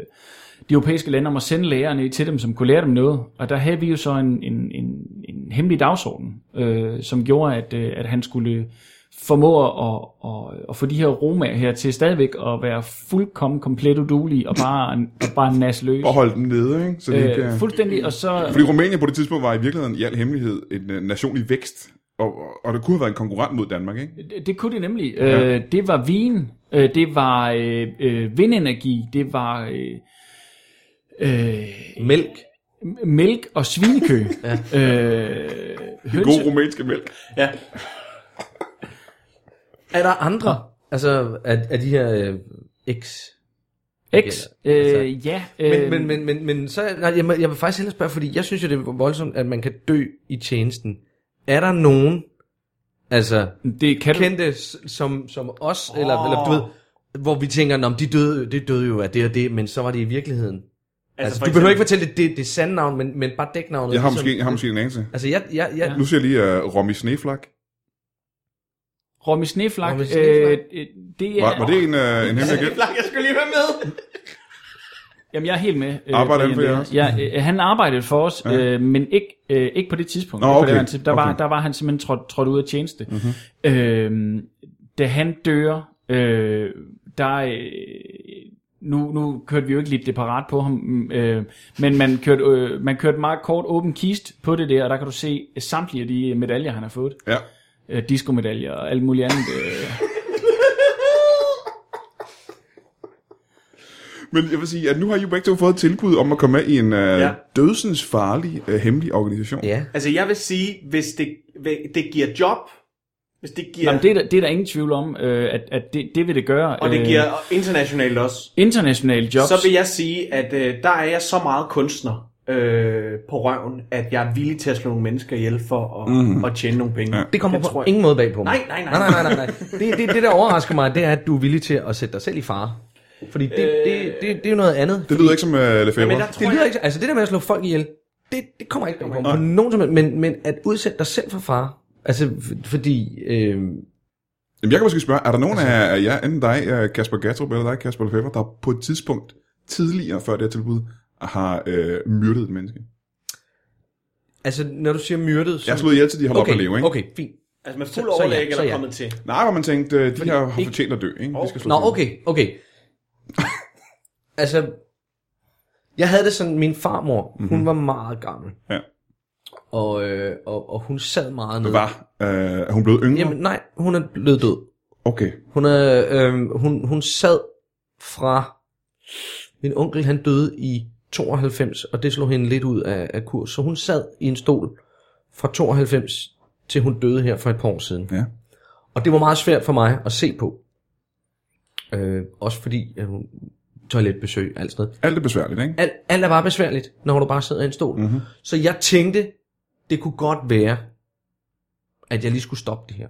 de europæiske lande om at sende lærerne til dem, som kunne lære dem noget. Og der havde vi jo så en, en, en, en hemmelig dagsorden, øh, som gjorde, at, øh, at han skulle formå at, at, at få de her romaer her til stadigvæk at være fuldkommen komplet udulige og bare, og bare nas løs. Og holde dem nede, ikke? Så de ikke, Øh, øh... fuldstændig, og så... Fordi Rumænien på det tidspunkt var i virkeligheden i al hemmelighed en øh, nation i vækst. Og, og- og det kunne have været en konkurrent mod Danmark, ikke? Det, det kunne det nemlig. Ja. Øh, det var vin, øh, det var øh, øh, vindenergi, det var øh, øh, Mælk. mælk og svinekø. ja. øh, Den hønse, gode rumænske mælk. Ja. Altså, Er der andre? Altså, er, er de her øh, X? X, øh, ja. Men, men, men, men, men så, nej, jeg, må- jeg vil faktisk hellere spørge, fordi jeg synes jo, det er voldsomt, at man kan dø i tjenesten. Er der nogen, altså det kan du, kendte s- som, som os, oh. eller, eller du ved, hvor vi tænker, Nå, men de døde, det døde jo af det og det, men så var det i virkeligheden. Altså, altså, for du behøver eksempel- ikke fortælle det, det, det sande navn, men, men bare dæknavnet. Jeg har ligesom- måske, jeg har måske en anelse. Altså, jeg, jeg, jeg, Nu ser jeg lige uh, Romy Sneflak. Romy Sneflak, Romy øh, Sneflak. øh, det er... Var, var det en, uh, en hemmelig agent? Flak, jeg skulle lige være med. Jamen, jeg er helt med. øh, Arbejder han for Brian, jer der. Ja, øh, han arbejdede for os, ja. øh, men ikke, øh, ikke på det tidspunkt. Nå, Ikke på okay, det, han til- der, var, okay. der var han simpelthen trådt, trådt ud af tjeneste. Mm-hmm. Øh, da han dør, øh, der... Øh, nu, nu kørte vi jo ikke lidt det parat på ham, mm, øh, men man kørte, øh, man kørte meget kort åben kist på det der, og der kan du se øh, samtlige af de medaljer, han har fået. Ja. Øh, diskomedaljer og alt muligt andet. Øh. Men jeg vil sige, at nu har I jo begge to fået et tilbud om at komme med i en uh, ja. Ja. dødsens farlig uh, hemmelig organisation. ja. Altså, jeg vil sige, hvis det, hvis det giver job, hvis det giver... Jamen, det, er der, det er der ingen tvivl om, øh, at, at det, det vil det gøre. og det øh, giver internationalt også. internationale jobs. Så vil jeg sige, at øh, der er jeg så meget kunstner øh, på røven, at jeg er villig til at slå nogle mennesker ihjel for at, Mhm. mm. at tjene nogle penge. Ja. Ja. Det kommer Det tror på jeg. ingen måde bag på mig. Nej, nej, nej. nej, nej, nej, nej. Det, det, det, der overrasker mig, det er, at du er villig til at sætte dig selv i fare. Fordi det, øh... det, det, det er jo noget andet. Det lyder ikke som uh, Lefebvre. Men der tror Det lyder jeg, ikke, altså det der med at slå folk ihjel, det, det kommer ikke bag på mig. På nogen som helst, men, men at udsætte dig selv for fare, altså f- fordi, øh, Jamen, jeg kan måske spørge, er der nogen Altså- af jer, enten dig, øh, Kasper Gattrup, eller dig, Kasper Lefebvre, der på et tidspunkt tidligere før det her tilbud, har øh, myrdet et menneske? altså når du siger myrdet, så... Jeg har slået ihjel til, de holder okay. op okay, med at leve, ikke? Okay. okay, fint. altså med fuld Så- så ja, overlæg eller så ja. kommet til. Nej, hvor man tænkte, øh, de her har ikke- fortjent at dø, ikke? De skal slås Nå, ihjel. okay, okay. altså, jeg havde det sådan, min farmor, mm-hmm. hun var meget gammel. Mhm. Ja. Og, øh, og, og hun sad meget Det nede. var, øh, er hun blevet yngre? Jamen nej, hun er blevet død. Okay. Hun, er, øh, hun, hun sad fra... Min onkel, han døde i 92, og det slog hende lidt ud af, af kurs. Så hun sad i en stol fra 92 til hun døde her for et par år siden. Ja. Og det var meget svært for mig at se på. Øh, også fordi at hun, toiletbesøg, alt sådan noget. Alt er besværligt, ikke? Alt, alt er bare besværligt, når du bare sidder i en stol. Mhm. Så jeg tænkte, det kunne godt være, at jeg lige skulle stoppe det her.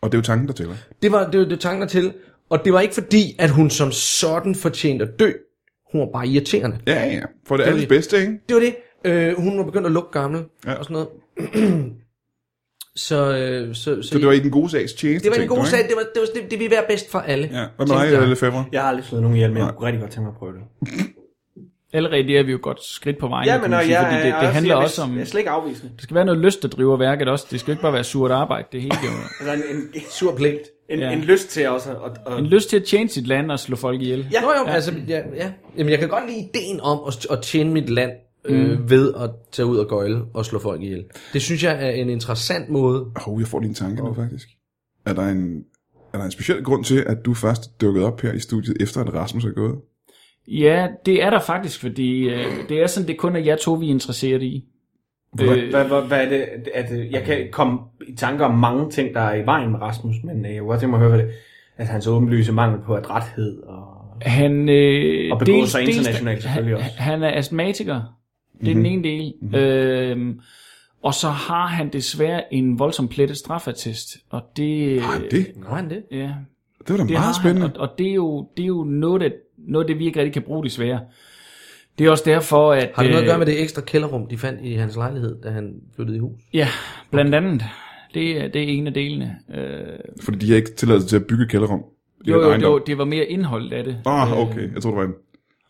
Og det er jo tanken, der tæller. Det var det, var- det var tanken til. Og det var ikke fordi, at hun som sådan fortjente at dø. Hun var bare irriterende. Ja, ja, ja. For det er Det er alles det. bedste, ikke? Det var det. Øh, hun var begyndt at lukke gamle Ja. ja. og sådan noget. så, øh, så, Så det var i den gode sags tjeneste, det var en tænkte god du, sag. ikke? Det var det, var, det, det ville være bedst for alle. Ja. Hvad med tænkte dig, jeg. Lefebvre? Jeg har aldrig slået nogen ihjel, men jeg kunne rigtig godt tænke mig at prøve det. Allerede der er vi jo godt skridt på vejen, Ja, kan men man og sige, jeg, fordi det, er det handler jeg, vil- også om... Jeg er slet ikke afvisende. Der skal være noget lyst, der driver værket også. Det skal jo ikke bare være surt arbejde, det hele. jo. Altså en, en, Sur pligt. en, Ja. en lyst til også at... at, En at lyst til at tjene sit land og slå folk ihjel. Ja. Nå jo, ja. altså, ja, ja. Jamen, jeg kan godt lide ideen om at, at tjene mit land øh, ved at tage ud og gøjle og slå folk ihjel. Det synes jeg er en interessant måde. Åh, oh, jeg får lige en tanke nu, faktisk. Er der en er der en speciel grund til, at du først dukkede op her i studiet, efter at Rasmus er gået? Ja, det er der faktisk, fordi øh, det er sådan, det kun er jer to, vi er interesseret i. Øh, Hvad, hvad, hvad er det, at, øh, jeg kan komme i tanke om mange ting, der er i vejen med Rasmus, men øh, jeg kunne godt tænke mig at høre, hvad det at hans åbenlyse mangel på adræthed og... han, øh, Og begået sig internationalt selvfølgelig han, også. Mhm. Han er astmatiker. Det er mm-hmm. den ene del. Mm-hmm. Øh, og så har han desværre en voldsom plettet strafattest. Og det... Ej, Ah, det, Nå, han det? Ja, det var da Øh, det meget har spændende. Han, og, og det er jo, det er jo noget, der, noget, det vi ikke rigtig kan bruge desværre. Det er også derfor, at... Har det noget at øh, gøre med det ekstra kælderrum, de fandt i hans lejlighed, da han flyttede i hus? øh, Ja, blandt andet. Det er, det er en af delene. Øh, Fordi de har ikke tilladelse til at bygge et kælderrum. i jo, den jo, ejendom. jo, det var mere indholdet af det. Ah, okay. Jeg tror det var en...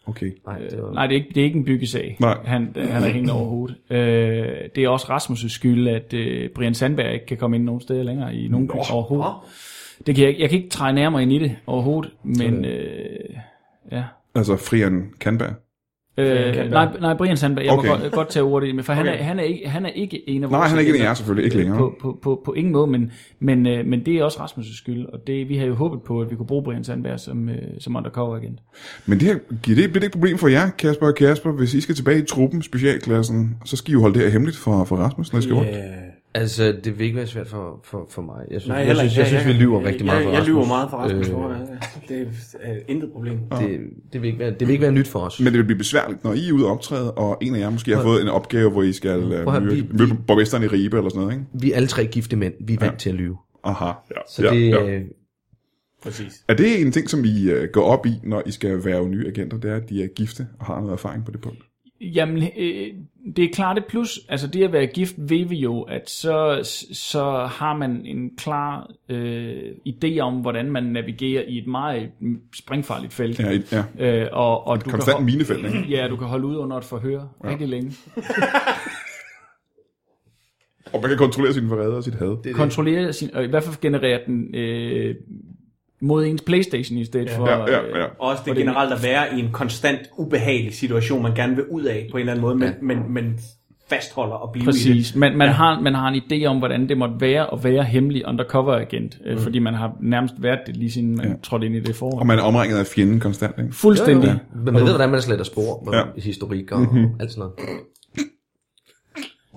Okay. Nej, det var... Øh, nej, det er, ikke, det er ikke en byggesag, Nej. Han, han er hængt over hovedet. Øh, det er også Rasmus' skyld, at øh, Brian Sandberg ikke kan komme ind nogen steder længere i nogen Nå, overhovedet. Det kan jeg, ikke- jeg kan ikke træde nærmere ind i det overhovedet, men... Øh, ja. Altså Frian Kanberg. Øh, nej, nej, Brian Sandberg, jeg Okay. må godt, godt tage ordet i, men for okay. han, Okay. er, han, er ikke, han er ikke en af vores... Nej, han er ikke en af jer agenter selvfølgelig. Ikke længere. På, på, på, på ingen måde, men, men, øh, men det er også Rasmus' skyld, og det, vi havde jo håbet på, at vi kunne bruge Brian Sandberg som, øh, som undercover agent. Men det her, giver det, bliver det et problem for jer, Kasper og Kasper, hvis I skal tilbage i truppen, specialklassen, så skal I jo holde det her hemmeligt for, for Rasmus, når I skal rundt. Øh, Altså, det vil ikke være svært for, for, for mig. Jeg synes, Nej, Nej, jeg heller synes, ikke. jeg synes vi lyver rigtig meget jeg, for jeg, jeg Rasmus. lyver meget for Rasmus, Øh, tror jeg. Det er øh, intet problem. det, det, vil ikke være, det vil ikke være nyt for os. Men det vil blive besværligt, når I er ude og optræde, og en af jer måske har fået en opgave, hvor I skal uh, Prøv at høre, myrde vi- myrde borgmesteren i Ribe eller sådan noget, ikke? Vi er alle tre gifte mænd. Vi er vant til at lyve. Aha, ja. Så ja, det, ja. øh, Præcis. Er det en ting, som I uh, går op i, når I skal være nye agenter, det er, at de er gifte og har noget erfaring på det punkt? Jamen, øh, det er klart et plus. Altså det at være gift ved vi jo, at så, så har man en klar øh, idé om, hvordan man navigerer i et meget springfarligt felt. Ja, I- ja. Øh, og, og du Konstant kan, hol- minefelt, ikke? Ja, du kan holde ud under et forhør ja. rigtig længe. Og man kan kontrollere sin forræder og sit had. kontrollere sin, og i hvert fald generere den øh, mod ens Playstation i stedet for... Ja, ja, ja. øh, Også det Hvordan- generelt at være i en konstant ubehagelig situation, man gerne vil ud af på en eller anden måde, men, men, men fastholder og blive i det. Præcis. Man, man, ja. har, man har en idé om, hvordan det måtte være at være hemmelig undercover agent, Mm. øh, fordi man har nærmest været det, lige siden man ja. trådte ind i det forhold. Og man er omringet af fjenden konstant, ikke? Fuldstændig. Ja. Men man ved, hvordan man sletter spor, hvordan Ja. historik og Mhm. mm-hmm. alt sådan noget.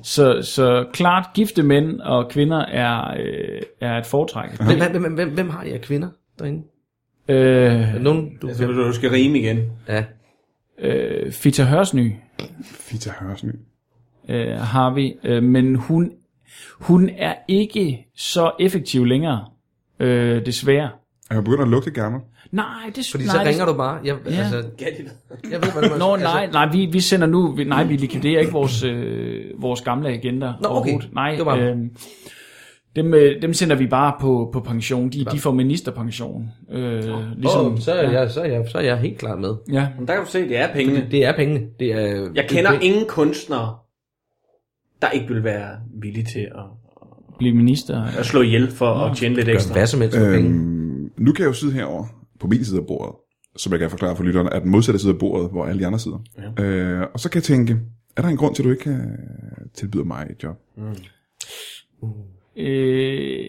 Så, så klart, gifte mænd og kvinder er, øh, er et foretræk. Hvem, hvem, hvem, hvem, hvem har I af kvinder derinde? Øh, Er nogen, du... Så Altså, du, du skal rime igen. Ja. øh, Fita Hørsny Fita Hørsny. øh, har vi, øh, men hun, hun er ikke så effektiv længere, øh, desværre. Er jeg begyndt at lugte gammel? Nej, det Fordi nej, så det- ringer du bare. Jeg, ja. altså, jeg ved, hvordan man... Nå, altså, nej, nej, vi, vi sender nu, vi, nej, vi likviderer ikke vores, øh, vores gamle agenter Nå, okay. overhovedet. Nej, Det var bare- øh, dem, øh, dem sender vi bare på, på pension. De, de får ministerpension. Øh, ligesom, Åh, så, er jeg, så, er jeg, så er jeg helt klar med. ja. Men der kan du se, det er pengene. Det er pengene. Det er, Jeg kender det, det, ingen kunstnere, der ikke vil være villige til at, blive minister. at slå ihjel for at tjene lidt gør ekstra. hvad som helst for penge. Øhm, nu kan jeg jo sidde herover på min side af bordet, som jeg kan forklare for lytterne, er den modsatte side af bordet, hvor alle de andre sidder. Ja. Øh, og så kan jeg tænke, er der en grund til, at du ikke kan tilbyde mig et job? Øh,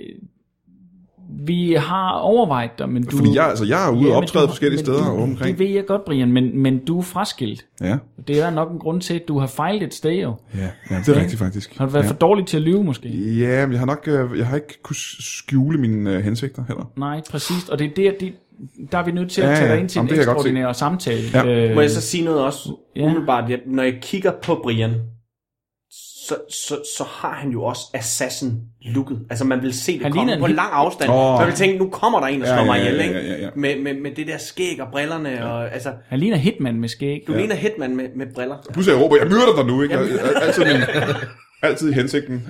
vi har overvejet dig, men du... Fordi jeg, altså, jeg er ude men og optræde du- forskellige men steder du- og omkring. Det ved jeg godt, Brian, men, men du er fraskilt. Ja, Det er der nok en grund til, at du har fejlet et sted, jo. ja, ja, det er rigtigt faktisk. Har du været ja. for dårlig til at lyve, måske? Ja, men jeg har nok øh, jeg har ikke kunnet skjule mine øh, hensigter heller. Nej, præcis. Og det er der, det, der er vi nødt til at Ja, tage ja. dig ind til Jamen, en det kan jeg godt se. ekstraordinær samtale. Øh, Ja. Må jeg så sige noget også? ja. Umiddelbart, jeg, når jeg kigger på Brian, så, så, så har han jo også assassin looket. Altså man vil se det Han ligner komme en på helt- lang afstand. Åh. Oh. Så vil tænke, nu kommer der en og Ja, slår ja, mig ja, ihjel, ja, ikke? ja, ja. Med, med, med det der skæg og brillerne. Og, altså, han ligner Hitman med skæg. du ja. ligner Hitman med, med briller. Plus jeg råber, jeg myrder dig nu, ikke? Jeg, jeg, altid, min, altid i hensigten.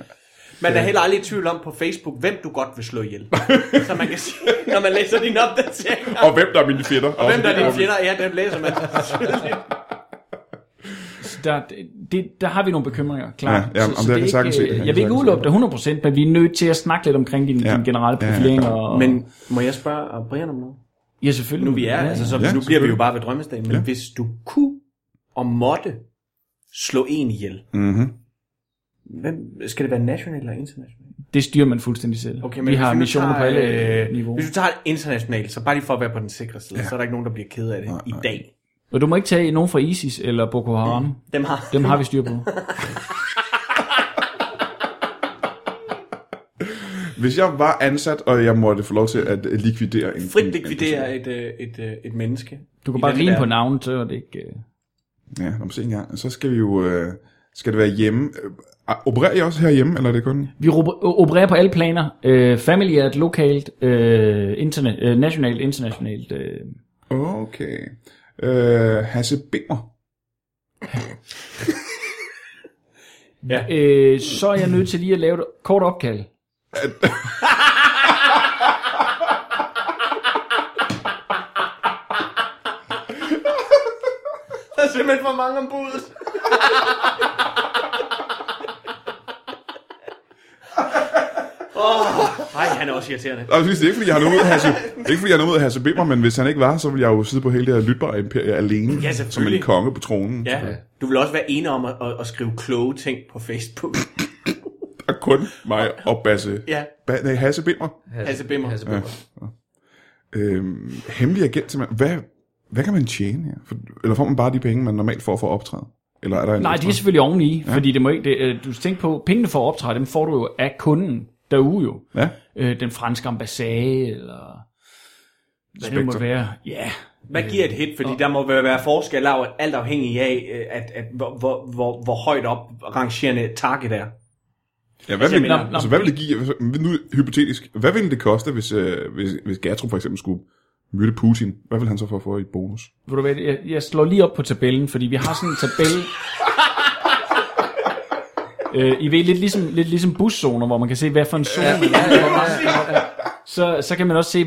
Man er heller aldrig i tvivl om på Facebook, hvem du godt vil slå ihjel. så man kan sige, når man læser dine opdateringer. Og hvem der er mine fætter. Og hvem der er dine fjender, ja, dem læser man. Der, det, der har vi nogle bekymringer, klart. Ja, ja, om det, jeg kan sagtens se det. Jeg Jeg, kan jeg vil ikke sagtens udelukke dig 100%, men vi er nødt til at snakke lidt omkring din, Ja. din generelle Ja, ja, profilering. ja. Og, Men må jeg spørge Brian om noget? ja, selvfølgelig. nu vi er, Ja, ja, ja. altså så Ja, ja, nu bliver vi jo selvfølgelig. bare ved drømmestagen, men Ja. ja. hvis du kunne og måtte slå en ihjel, Mm-hmm. Mhm. hvem, skal det være national eller international? Det styrer man fuldstændig selv. Okay, Okay, men men vi hvis har nu missioner på tager, alle øh, øh, niveauer. Hvis du tager et internationalt, så bare lige for at være på den sikre side, ja. så er der ikke nogen, der bliver ked af det nej, i dag. Og du må ikke tage nogen fra ISIS eller Boko Haram. Dem har... Dem har vi styr på. Hvis jeg var ansat, og jeg måtte få lov til at øh, likvidere en... en- en Frit person. likvidere et, øh, et, øh, et menneske. Du I kan bare den rime på verden. navnet, så er det ikke... øh. Ja, lad mig se engang. Så skal vi jo... Øh, skal det være hjemme? Øh, opererer I også herhjemme, eller er det kun... Vi ro- opererer på alle planer. Øh, familiært, lokalt, øh, interna- øh, nationalt, internationalt. Øh. Okay. Øh, Hasse Bimmer. Øh, så er jeg nødt til lige at lave et kort opkald. Der er simpelthen for mange om budet. Åh, nej, han er også irriterende. Og det er ikke, fordi jeg har noget ud af Hasse, ikke fordi jeg har noget ud af Hasse Bimmer, men hvis han ikke var, så ville jeg jo sidde på hele det her lytbare imperie alene. Ja, som selvfølgelig. en konge på tronen. Ja, du vil også være enig om at, at, at skrive kloge ting på Facebook. Og kun mig og Basse... Ja, Ba, nej, Hasse Bimmer. Hasse Bimmer. Hasse Ja. Bimmer. Øhm, hemmelig agent til... Hvad, hvad kan man tjene her? For, eller får man bare de penge, man normalt får for at optræde? Eller er der en Nej, de ekstra? er selvfølgelig oveni, ja. fordi det må ikke, det, øh, du skal tænke på, pengene for at optræde, dem får du jo af kunden derude jo. Ja, Øh, den franske ambassade, eller hvad det Spekter. må være. Ja, Hvad giver et hit? Fordi der må vel være forskel af, alt afhængig af, øh, at, at, hvor, hvor, hvor, hvor højt op rangerende et target er. ja hvad, vil, mener- altså, hvad vil det give, nu hypotetisk, hvad ville det koste, hvis, øh, hvis, hvis Gatro for eksempel skulle myrde Putin? Hvad vil han så få for i bonus? Ved du hvad, jeg, jeg slår lige op på tabellen, fordi vi har sådan en tabel. øh, I ved, lidt ligesom, lidt ligesom buszoner, hvor man kan se, hvad for en zone man er. i. Så, så kan man også se,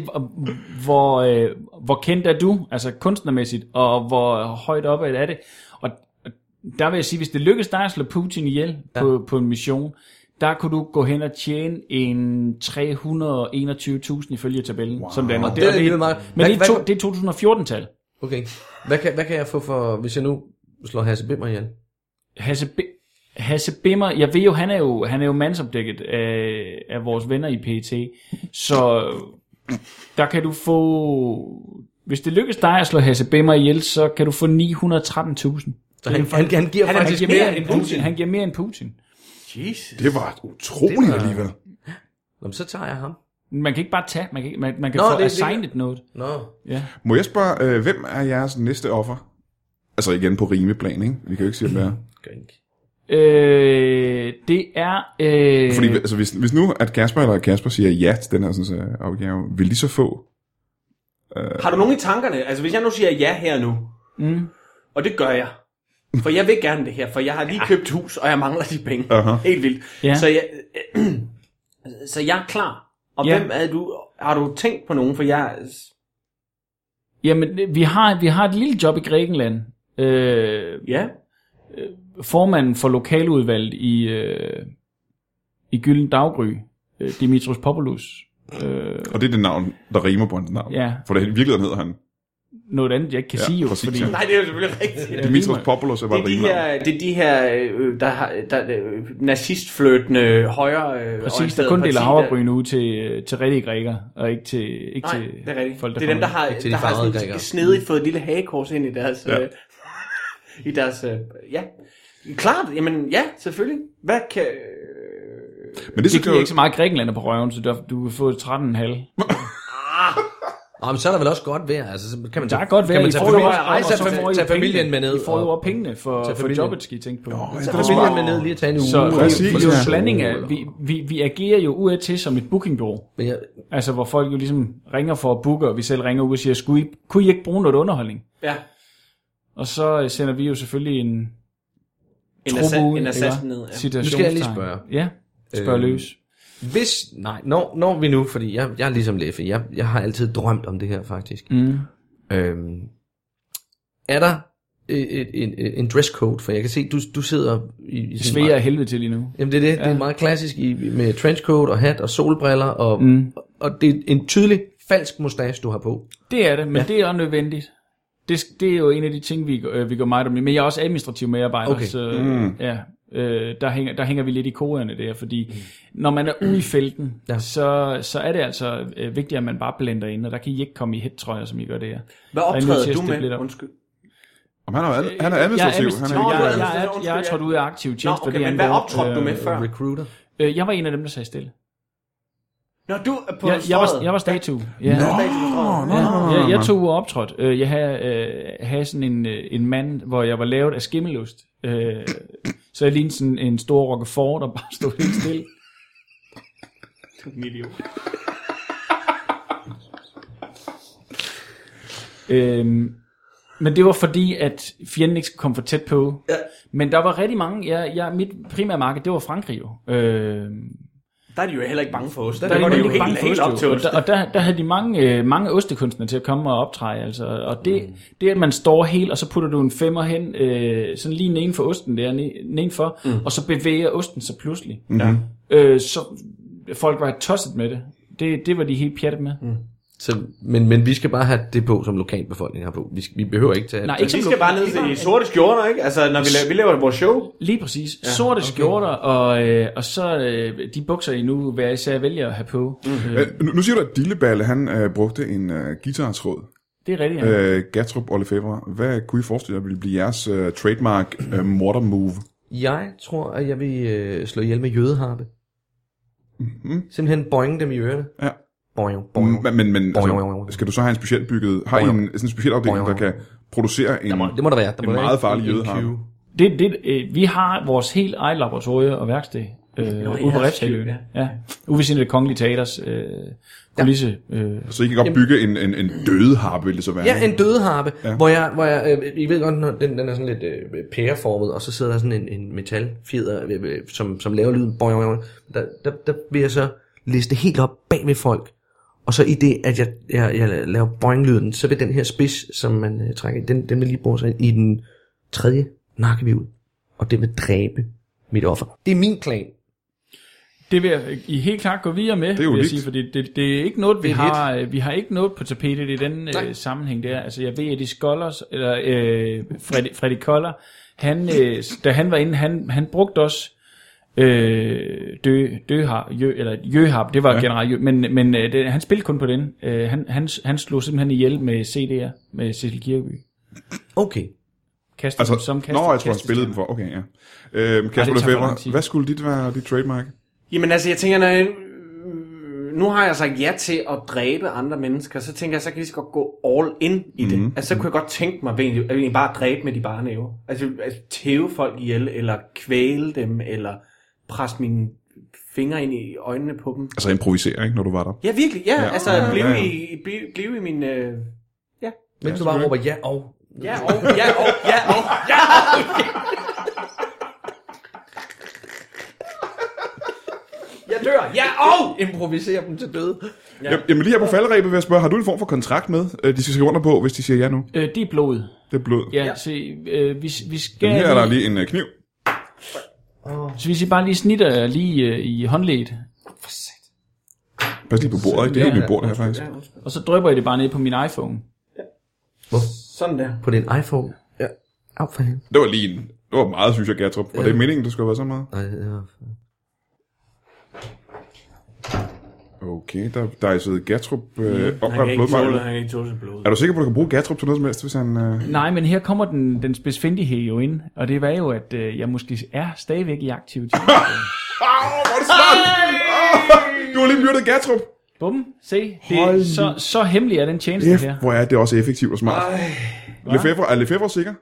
hvor, øh, hvor kendt er du, altså kunstnermæssigt, og hvor højt op er det. Og og der vil jeg sige, hvis det lykkes dig at slå Putin ihjel ja. på, på en mission, der kunne du gå hen og tjene en 321.000 ifølge tabellen, wow. som den er. Det er alligevel meget. Men Hvad- det er, to, hvad- det er 2014-tal. Okay. Hvad kan, hvad kan jeg få for, hvis jeg nu slår Hasse Bimmer ihjel? Hasse, B- Hasse Bimmer, jeg ved jo, han er jo, han er jo mandsopdækket af, af vores venner i PET, så der kan du få... Hvis det lykkes dig at slå Hasse Bimmer ihjel, så kan du få 913.000. Så han, han, han giver han er faktisk... giver mere end Putin. Han giver mere end Putin. Jesus. Det var utroligt alligevel. Nå, men så tager jeg ham. Man kan ikke bare tage, man kan, ikke- man, man kan Nå, Nå, få det- det- assignet noget. Nå. Må jeg spørge, øh, hvem er jeres næste offer? Altså igen på rimeplan, ikke? Vi kan jo ikke sige, hvad det er. Grink. Øh, det er... Øh, Fordi altså, hvis, hvis nu, at Kasper eller Kasper siger ja til den her sådan, så, opgave, vil de så få? Har du nogen i tankerne? Altså, hvis jeg nu siger ja her nu, Mm. og det gør jeg, for jeg vil gerne det her, for jeg har lige købt hus, og jeg mangler de penge. Aha. Helt vildt. Ja. Så, jeg, så jeg er klar. Og Ja. hvem er du? Har du tænkt på nogen? For jeg... Jamen, vi har, vi har et lille job i Grækenland. Øh, Ja. formanden for lokaludvalget i, øh, i Gylden Daggry, øh, Dimitros Popoulos. Øh, Og det er det navn, der rimer på hans navn. Ja. For det, i virkeligheden hedder han noget andet, jeg ikke kan Ja, ja, sige jo, præcis, fordi ja. Nej, det er jo selvfølgelig rigtigt. Ja. Dimitros rimer. Popoulos er Det bare er, et de rimenavn. her, det er de her, øh, der, har- der, der nazistfløtende højre øh, præcis, der orienterede kun deler parti, havregryn ud til, øh, til rigtige grækere, og ikke til, ikke Nej, til det er rigtigt. folk, der det er dem, der kommer. har, Ikke til de der har farvede sådan grækere. Mm. snedigt fået et lille hagekors ind i deres... Ja. Ja. Øh, I deres... Øh, ja. Klart, jamen ja, selvfølgelig. Hvad kan... øh, Men det, Det det giver jo ikke så meget Grækenland på røven, så der, du kan få 13,5. Nå, men så er der vel også godt vejr. Altså, så kan man Der er tage- godt kan være, man I tage får jo familien- også Ej, og tage så fa- får I tage familien pengene. med ned. I får jo og- også pengene for, Tage for familien. jobbet, skal I tænke på. Åh, Så det er familien smart. med ned lige at tage en uge. Så eller- Præcis, det er jo ja. en blanding af, vi, vi, vi agerer jo ud af til som et bookingbureau. Men jeg, Altså, hvor folk jo ligesom ringer for at booke, og vi selv ringer ud og siger, skulle I, kunne I ikke bruge noget underholdning? Ja. Og så øh, sender vi jo selvfølgelig en En, truppe assa- ud, en assassin ned. eller Ja. citationstegn. Nu skal jeg lige spørge. Ja, spørg Øh, øh, løs. Hvis, nej, når, når vi nu, fordi jeg, jeg er ligesom Leffe, jeg, jeg har altid drømt om det her faktisk. Mm. Øhm, er der en, en, en dresscode? For jeg kan se, du, du sidder i... i sådan Svea er meget, helvede til lige nu. jamen det er det, det er meget klassisk i, med trenchcoat og hat og solbriller, og, Mm. og det er en tydelig falsk mustache, du har på. Det er det, men ja. det er også nødvendigt. Det, sk- det er jo en af de ting, vi, g- øh, vi går meget om. Men jeg er også administrativ medarbejder, Okay. så Mm. ja. øh, der, hænger, der hænger vi lidt i koderne der, fordi mm. når man er ude i felten, Ja. ja. så, så er det altså øh, vigtigt, at man bare blander ind, og der kan I ikke komme i hættrøjer, som I gør der. Hvad Og jeg er nødt til optræder at du steppe lidt med? op. Undskyld. Om han er, ad- han er administrativ. Jeg, han jeg, er ikke, Nå, jeg, øh, ja, jeg, jeg, jeg er trådt ud af aktiv Nå, tjeneste. okay, hvad det men hvad angår. optrådte du med Øh, før? Recruiter. Øh, jeg var en af dem, der sagde stille. Nå, du er på Jeg, jeg, var, jeg var statue. Ja. Nå, Nå, nå, nå, nå, Jeg, jeg nå. tog optrådt. Øh, Jeg havde, øh, havde sådan en, øh, en mand, hvor jeg var lavet af skimmelust. Øh, Så jeg lignede sådan en stor rockefort, der bare stod helt stille. Øhm, men det var fordi, at fjenden ikke skulle komme for tæt på. Ja. Men der var rigtig mange. Jeg, jeg, mit primære marked, det var Frankrig jo. Øhm, Der er de jo heller ikke bange for os. Der, der, der går var det jo nemlig helt, helt op til osteost. os. Og, der, og der, der havde de mange, øh, mange ostekunstnere til at komme og optræde. Altså. Og det, mm. det, at man står helt, og så putter du en femmer hen, øh, sådan lige neden for osten der, ne- nedenfor, mm. og så bevæger osten sig pludselig. Mm-hmm. Mhm. Øh, så folk var tosset med det. Det, det var de helt pjattet med. Mm. Så, men, men vi skal bare have det på, som lokalbefolkningen har på. Vi, skal, vi behøver ikke tage... Nej, ikke Vi som skal bare ned i sorte skjorter, ikke? Altså, når vi laver, vi laver vores show. Lige præcis. Ja, Sorte okay. skjorter, og, øh, og så øh, de bukser, I nu hver især vælger at have på. Mm. Øh, Øh, nu, nu siger du, at Dilleballe, han øh, brugte en øh, guitartråd. det er rigtigt. Øh. Øh, Gatrup og Lefebvre, hvad kunne I forestille jer ville blive jeres øh, trademark øh, mortar move? Jeg tror, at jeg vil øh, slå ihjel med jødeharpe. Mm-hmm. Simpelthen boinge dem i ørerne. Ja. Mm, Boing, boing. Men, men, men Boing, boing, altså, boing. skal du så have en specielt bygget, har I en, sådan en speciel afdeling, der Boing, kan producere en... Det må der være. Der En må være meget en- farlig en jødeharpe. cue. Det, det, øh, vi har vores helt eget laboratorie og værksted øh, ude på ja, Refshaløen. ja. Ja. Ja. Ude ved siden af det kongelige teaters øh, kulisse. Ja. Øh, Så I kan godt bygge en, en, en døde harpe, vil det så være. Ja, en dødeharpe, Ja. ja. hvor jeg, hvor jeg øh, I ved godt, når den, den er sådan lidt øh, pæreformet, og så sidder der sådan en, en metalfjeder, øh, øh, som, som laver lyden, boing, boing, boing. Der, der, der vil jeg så liste helt op bag ved folk, og så i det, at jeg, jeg, jeg laver boing-lyden, så vil den her spids, som man øh, trækker, i, den, den vil lige bruge sig i den tredje nakkevivl, og det vil dræbe mit offer. Det er min plan. det vil jeg, I helt klart gå videre med, det er jo vil jeg lidt. sige, for det, det, det er ikke noget, vi Det er har, øh, vi har ikke noget på tapetet i den øh, sammenhæng der. Altså, jeg ved, at de Skollers, eller øh, Freddy, Freddy Koller, han, øh, da han var inde, han, han brugte også øh, dø, døhar, jø, eller jøhap, det var ja. generelt jø, men, men øh, det, han spillede kun på den. Øh, han, han, han slog simpelthen ihjel med CD'er, med Cecil Kirkeby. Okay. Kaste Altså, dem som kaste, nå, jeg tror, han kaste- spillede den for. Okay, ja. Øhm, tager Kasper for lang Lefebvre, tid. hvad skulle dit være, dit trademark? Jamen altså, jeg tænker, når jeg, nu har jeg sagt ja til at dræbe andre mennesker, så tænker jeg, så kan jeg lige så godt gå all in i det. Mm. Altså, så kunne jeg godt tænke mig, at egentlig, at egentlig bare dræbe med de bare næver. Altså, altså, tæve folk ihjel, eller kvæle dem, eller presse mine fingre ind i øjnene på dem. Altså improvisere, ikke, når du var der. Ja, virkelig, ja. Ja. ja. Altså, Ja, blive, ja, ja. I, blive, blive i min... Øh, ja. Men ja, du bare råber ja og... Ja, og, ja, og, ja, og, ja. Jeg dør. Ja, og. Improviserer dem til døde. Ja. Jamen lige her på faldrebet vil jeg spørge, har du en form for kontrakt med, øh, de skal skrive under på, hvis de siger ja nu? Øh, det er blod. Det er blod. Ja, ja. se, øh, vi, vi skal... Jamen, her er der lige en øh, kniv. Så hvis I bare lige snitter jer lige øh, i håndledet, Pas lige på bordet, ikke? Det er Ja, helt mit ja. bord her, faktisk. og så drypper I det bare ned på min iPhone. Sådan der. På din iPhone. Ja. Af for helvede. Det var lige en... Det var meget, synes jeg, Gertrup. Var det Ja. meningen, du skulle have været så meget? Nej, det var- Okay, der, der er siddet Gertrup øh, op Han kan af ikke tåle, blodmangel. han kan ikke tåle sit blod. Er du sikker på, at du kan bruge Gertrup til noget som helst, hvis han... Øh... Nej, men her kommer den, den spidsfindighed jo ind, og det var jo, at øh, jeg måske er stadigvæk i aktiv tjeneste. Au, hvor er det smart! Au, du har lige myrdet Gertrup! Bum, se, det er så, så hemmelig er den tjeneste F, her. hvor er det også effektivt og smart. Lefebvre, er Lefebvre sikker?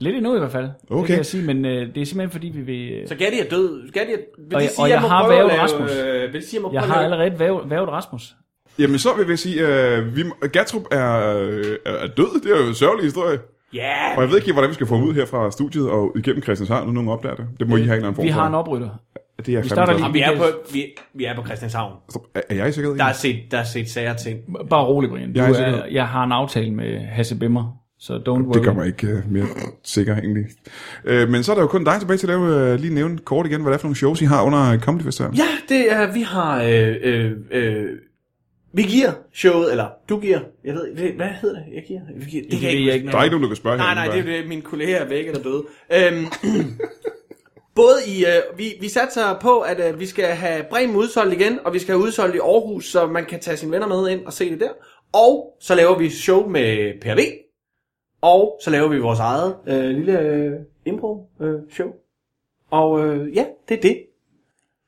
Lidt endnu i hvert fald, Okay. det kan jeg sige, men øh, det er simpelthen fordi, vi vil... Øh, Så Gatti er død. Gatti er... Vil Og det jeg- sige, og jeg, jeg må har prøve at vævet lave, Rasmus. Øh, vil det sige, jeg må prøve jeg at har lave... allerede vævet, vævet Rasmus. Jamen, så vil jeg sige, øh, vi, må- Gertrup er, øh, er død. Det er jo en sørgelig historie. Ja, Og jeg ved ikke, hvordan vi skal få ham ud her fra studiet og igennem Christianshavn, når nogen opdager det. Det må I have en eller anden form Vi for. har en oprytter. Det er vi vi starter lige. Jamen, vi, er på, vi, vi er på Christianshavn. Er, er jeg i sikkerhed? Der er set, der er set sager ting. Bare rolig, Brian. Du Jeg er er, sikker. jeg har en aftale med Hasse Bimmer, så don't worry. Det gør mig ikke øh, mere sikker, egentlig. Øh, men så er der jo kun dig tilbage til at lave, øh, lige nævne kort igen, hvad det er for nogle shows, I har under Comedy Festivalen. Ja, det er, vi har... Øh, øh, øh, vi giver showet, eller du giver. Jeg ved, det, hvad hedder det? Jeg giver. Vi giver. Det, det ved kan jeg jeg ikke ikke Der er ikke nogen, du kan spørge Nej, herinde, nej, det er jo det. Mine kolleger er væk eller døde. Øhm, Både i, øh, vi, vi satser på, at øh, vi skal have Bremen udsolgt igen, og vi skal have udsolgt i Aarhus, så man kan tage sine venner med ind og se det der. Og så laver vi show med PRV, og så laver vi vores eget øh, lille øh, impro-show. og øh, ja, det er det.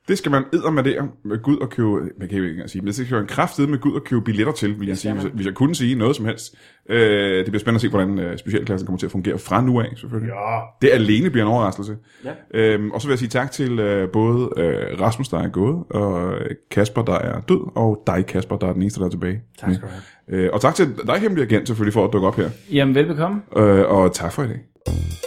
Det skal man edder med der, med Gud og købe, man kan jo ikke engang sige, men det skal man kraftedet med Gud og købe billetter til, vil jeg sige, hvis, jeg- hvis jeg kunne sige noget som helst. Øh, det bliver spændende at se, hvordan øh, specialklassen kommer til at fungere fra nu af, selvfølgelig. Ja. Det alene bliver en overraskelse. Ja. Øhm, og så vil jeg sige tak til øh, både øh, Rasmus, der er gået, og øh, Kasper, der er død, og dig, Kasper, der er den eneste, der er tilbage. Tak skal du have. Øh, og tak til dig, hemmelig agent, selvfølgelig, for at dukke op her. Jamen, velbekomme. Øh, og tak for i dag.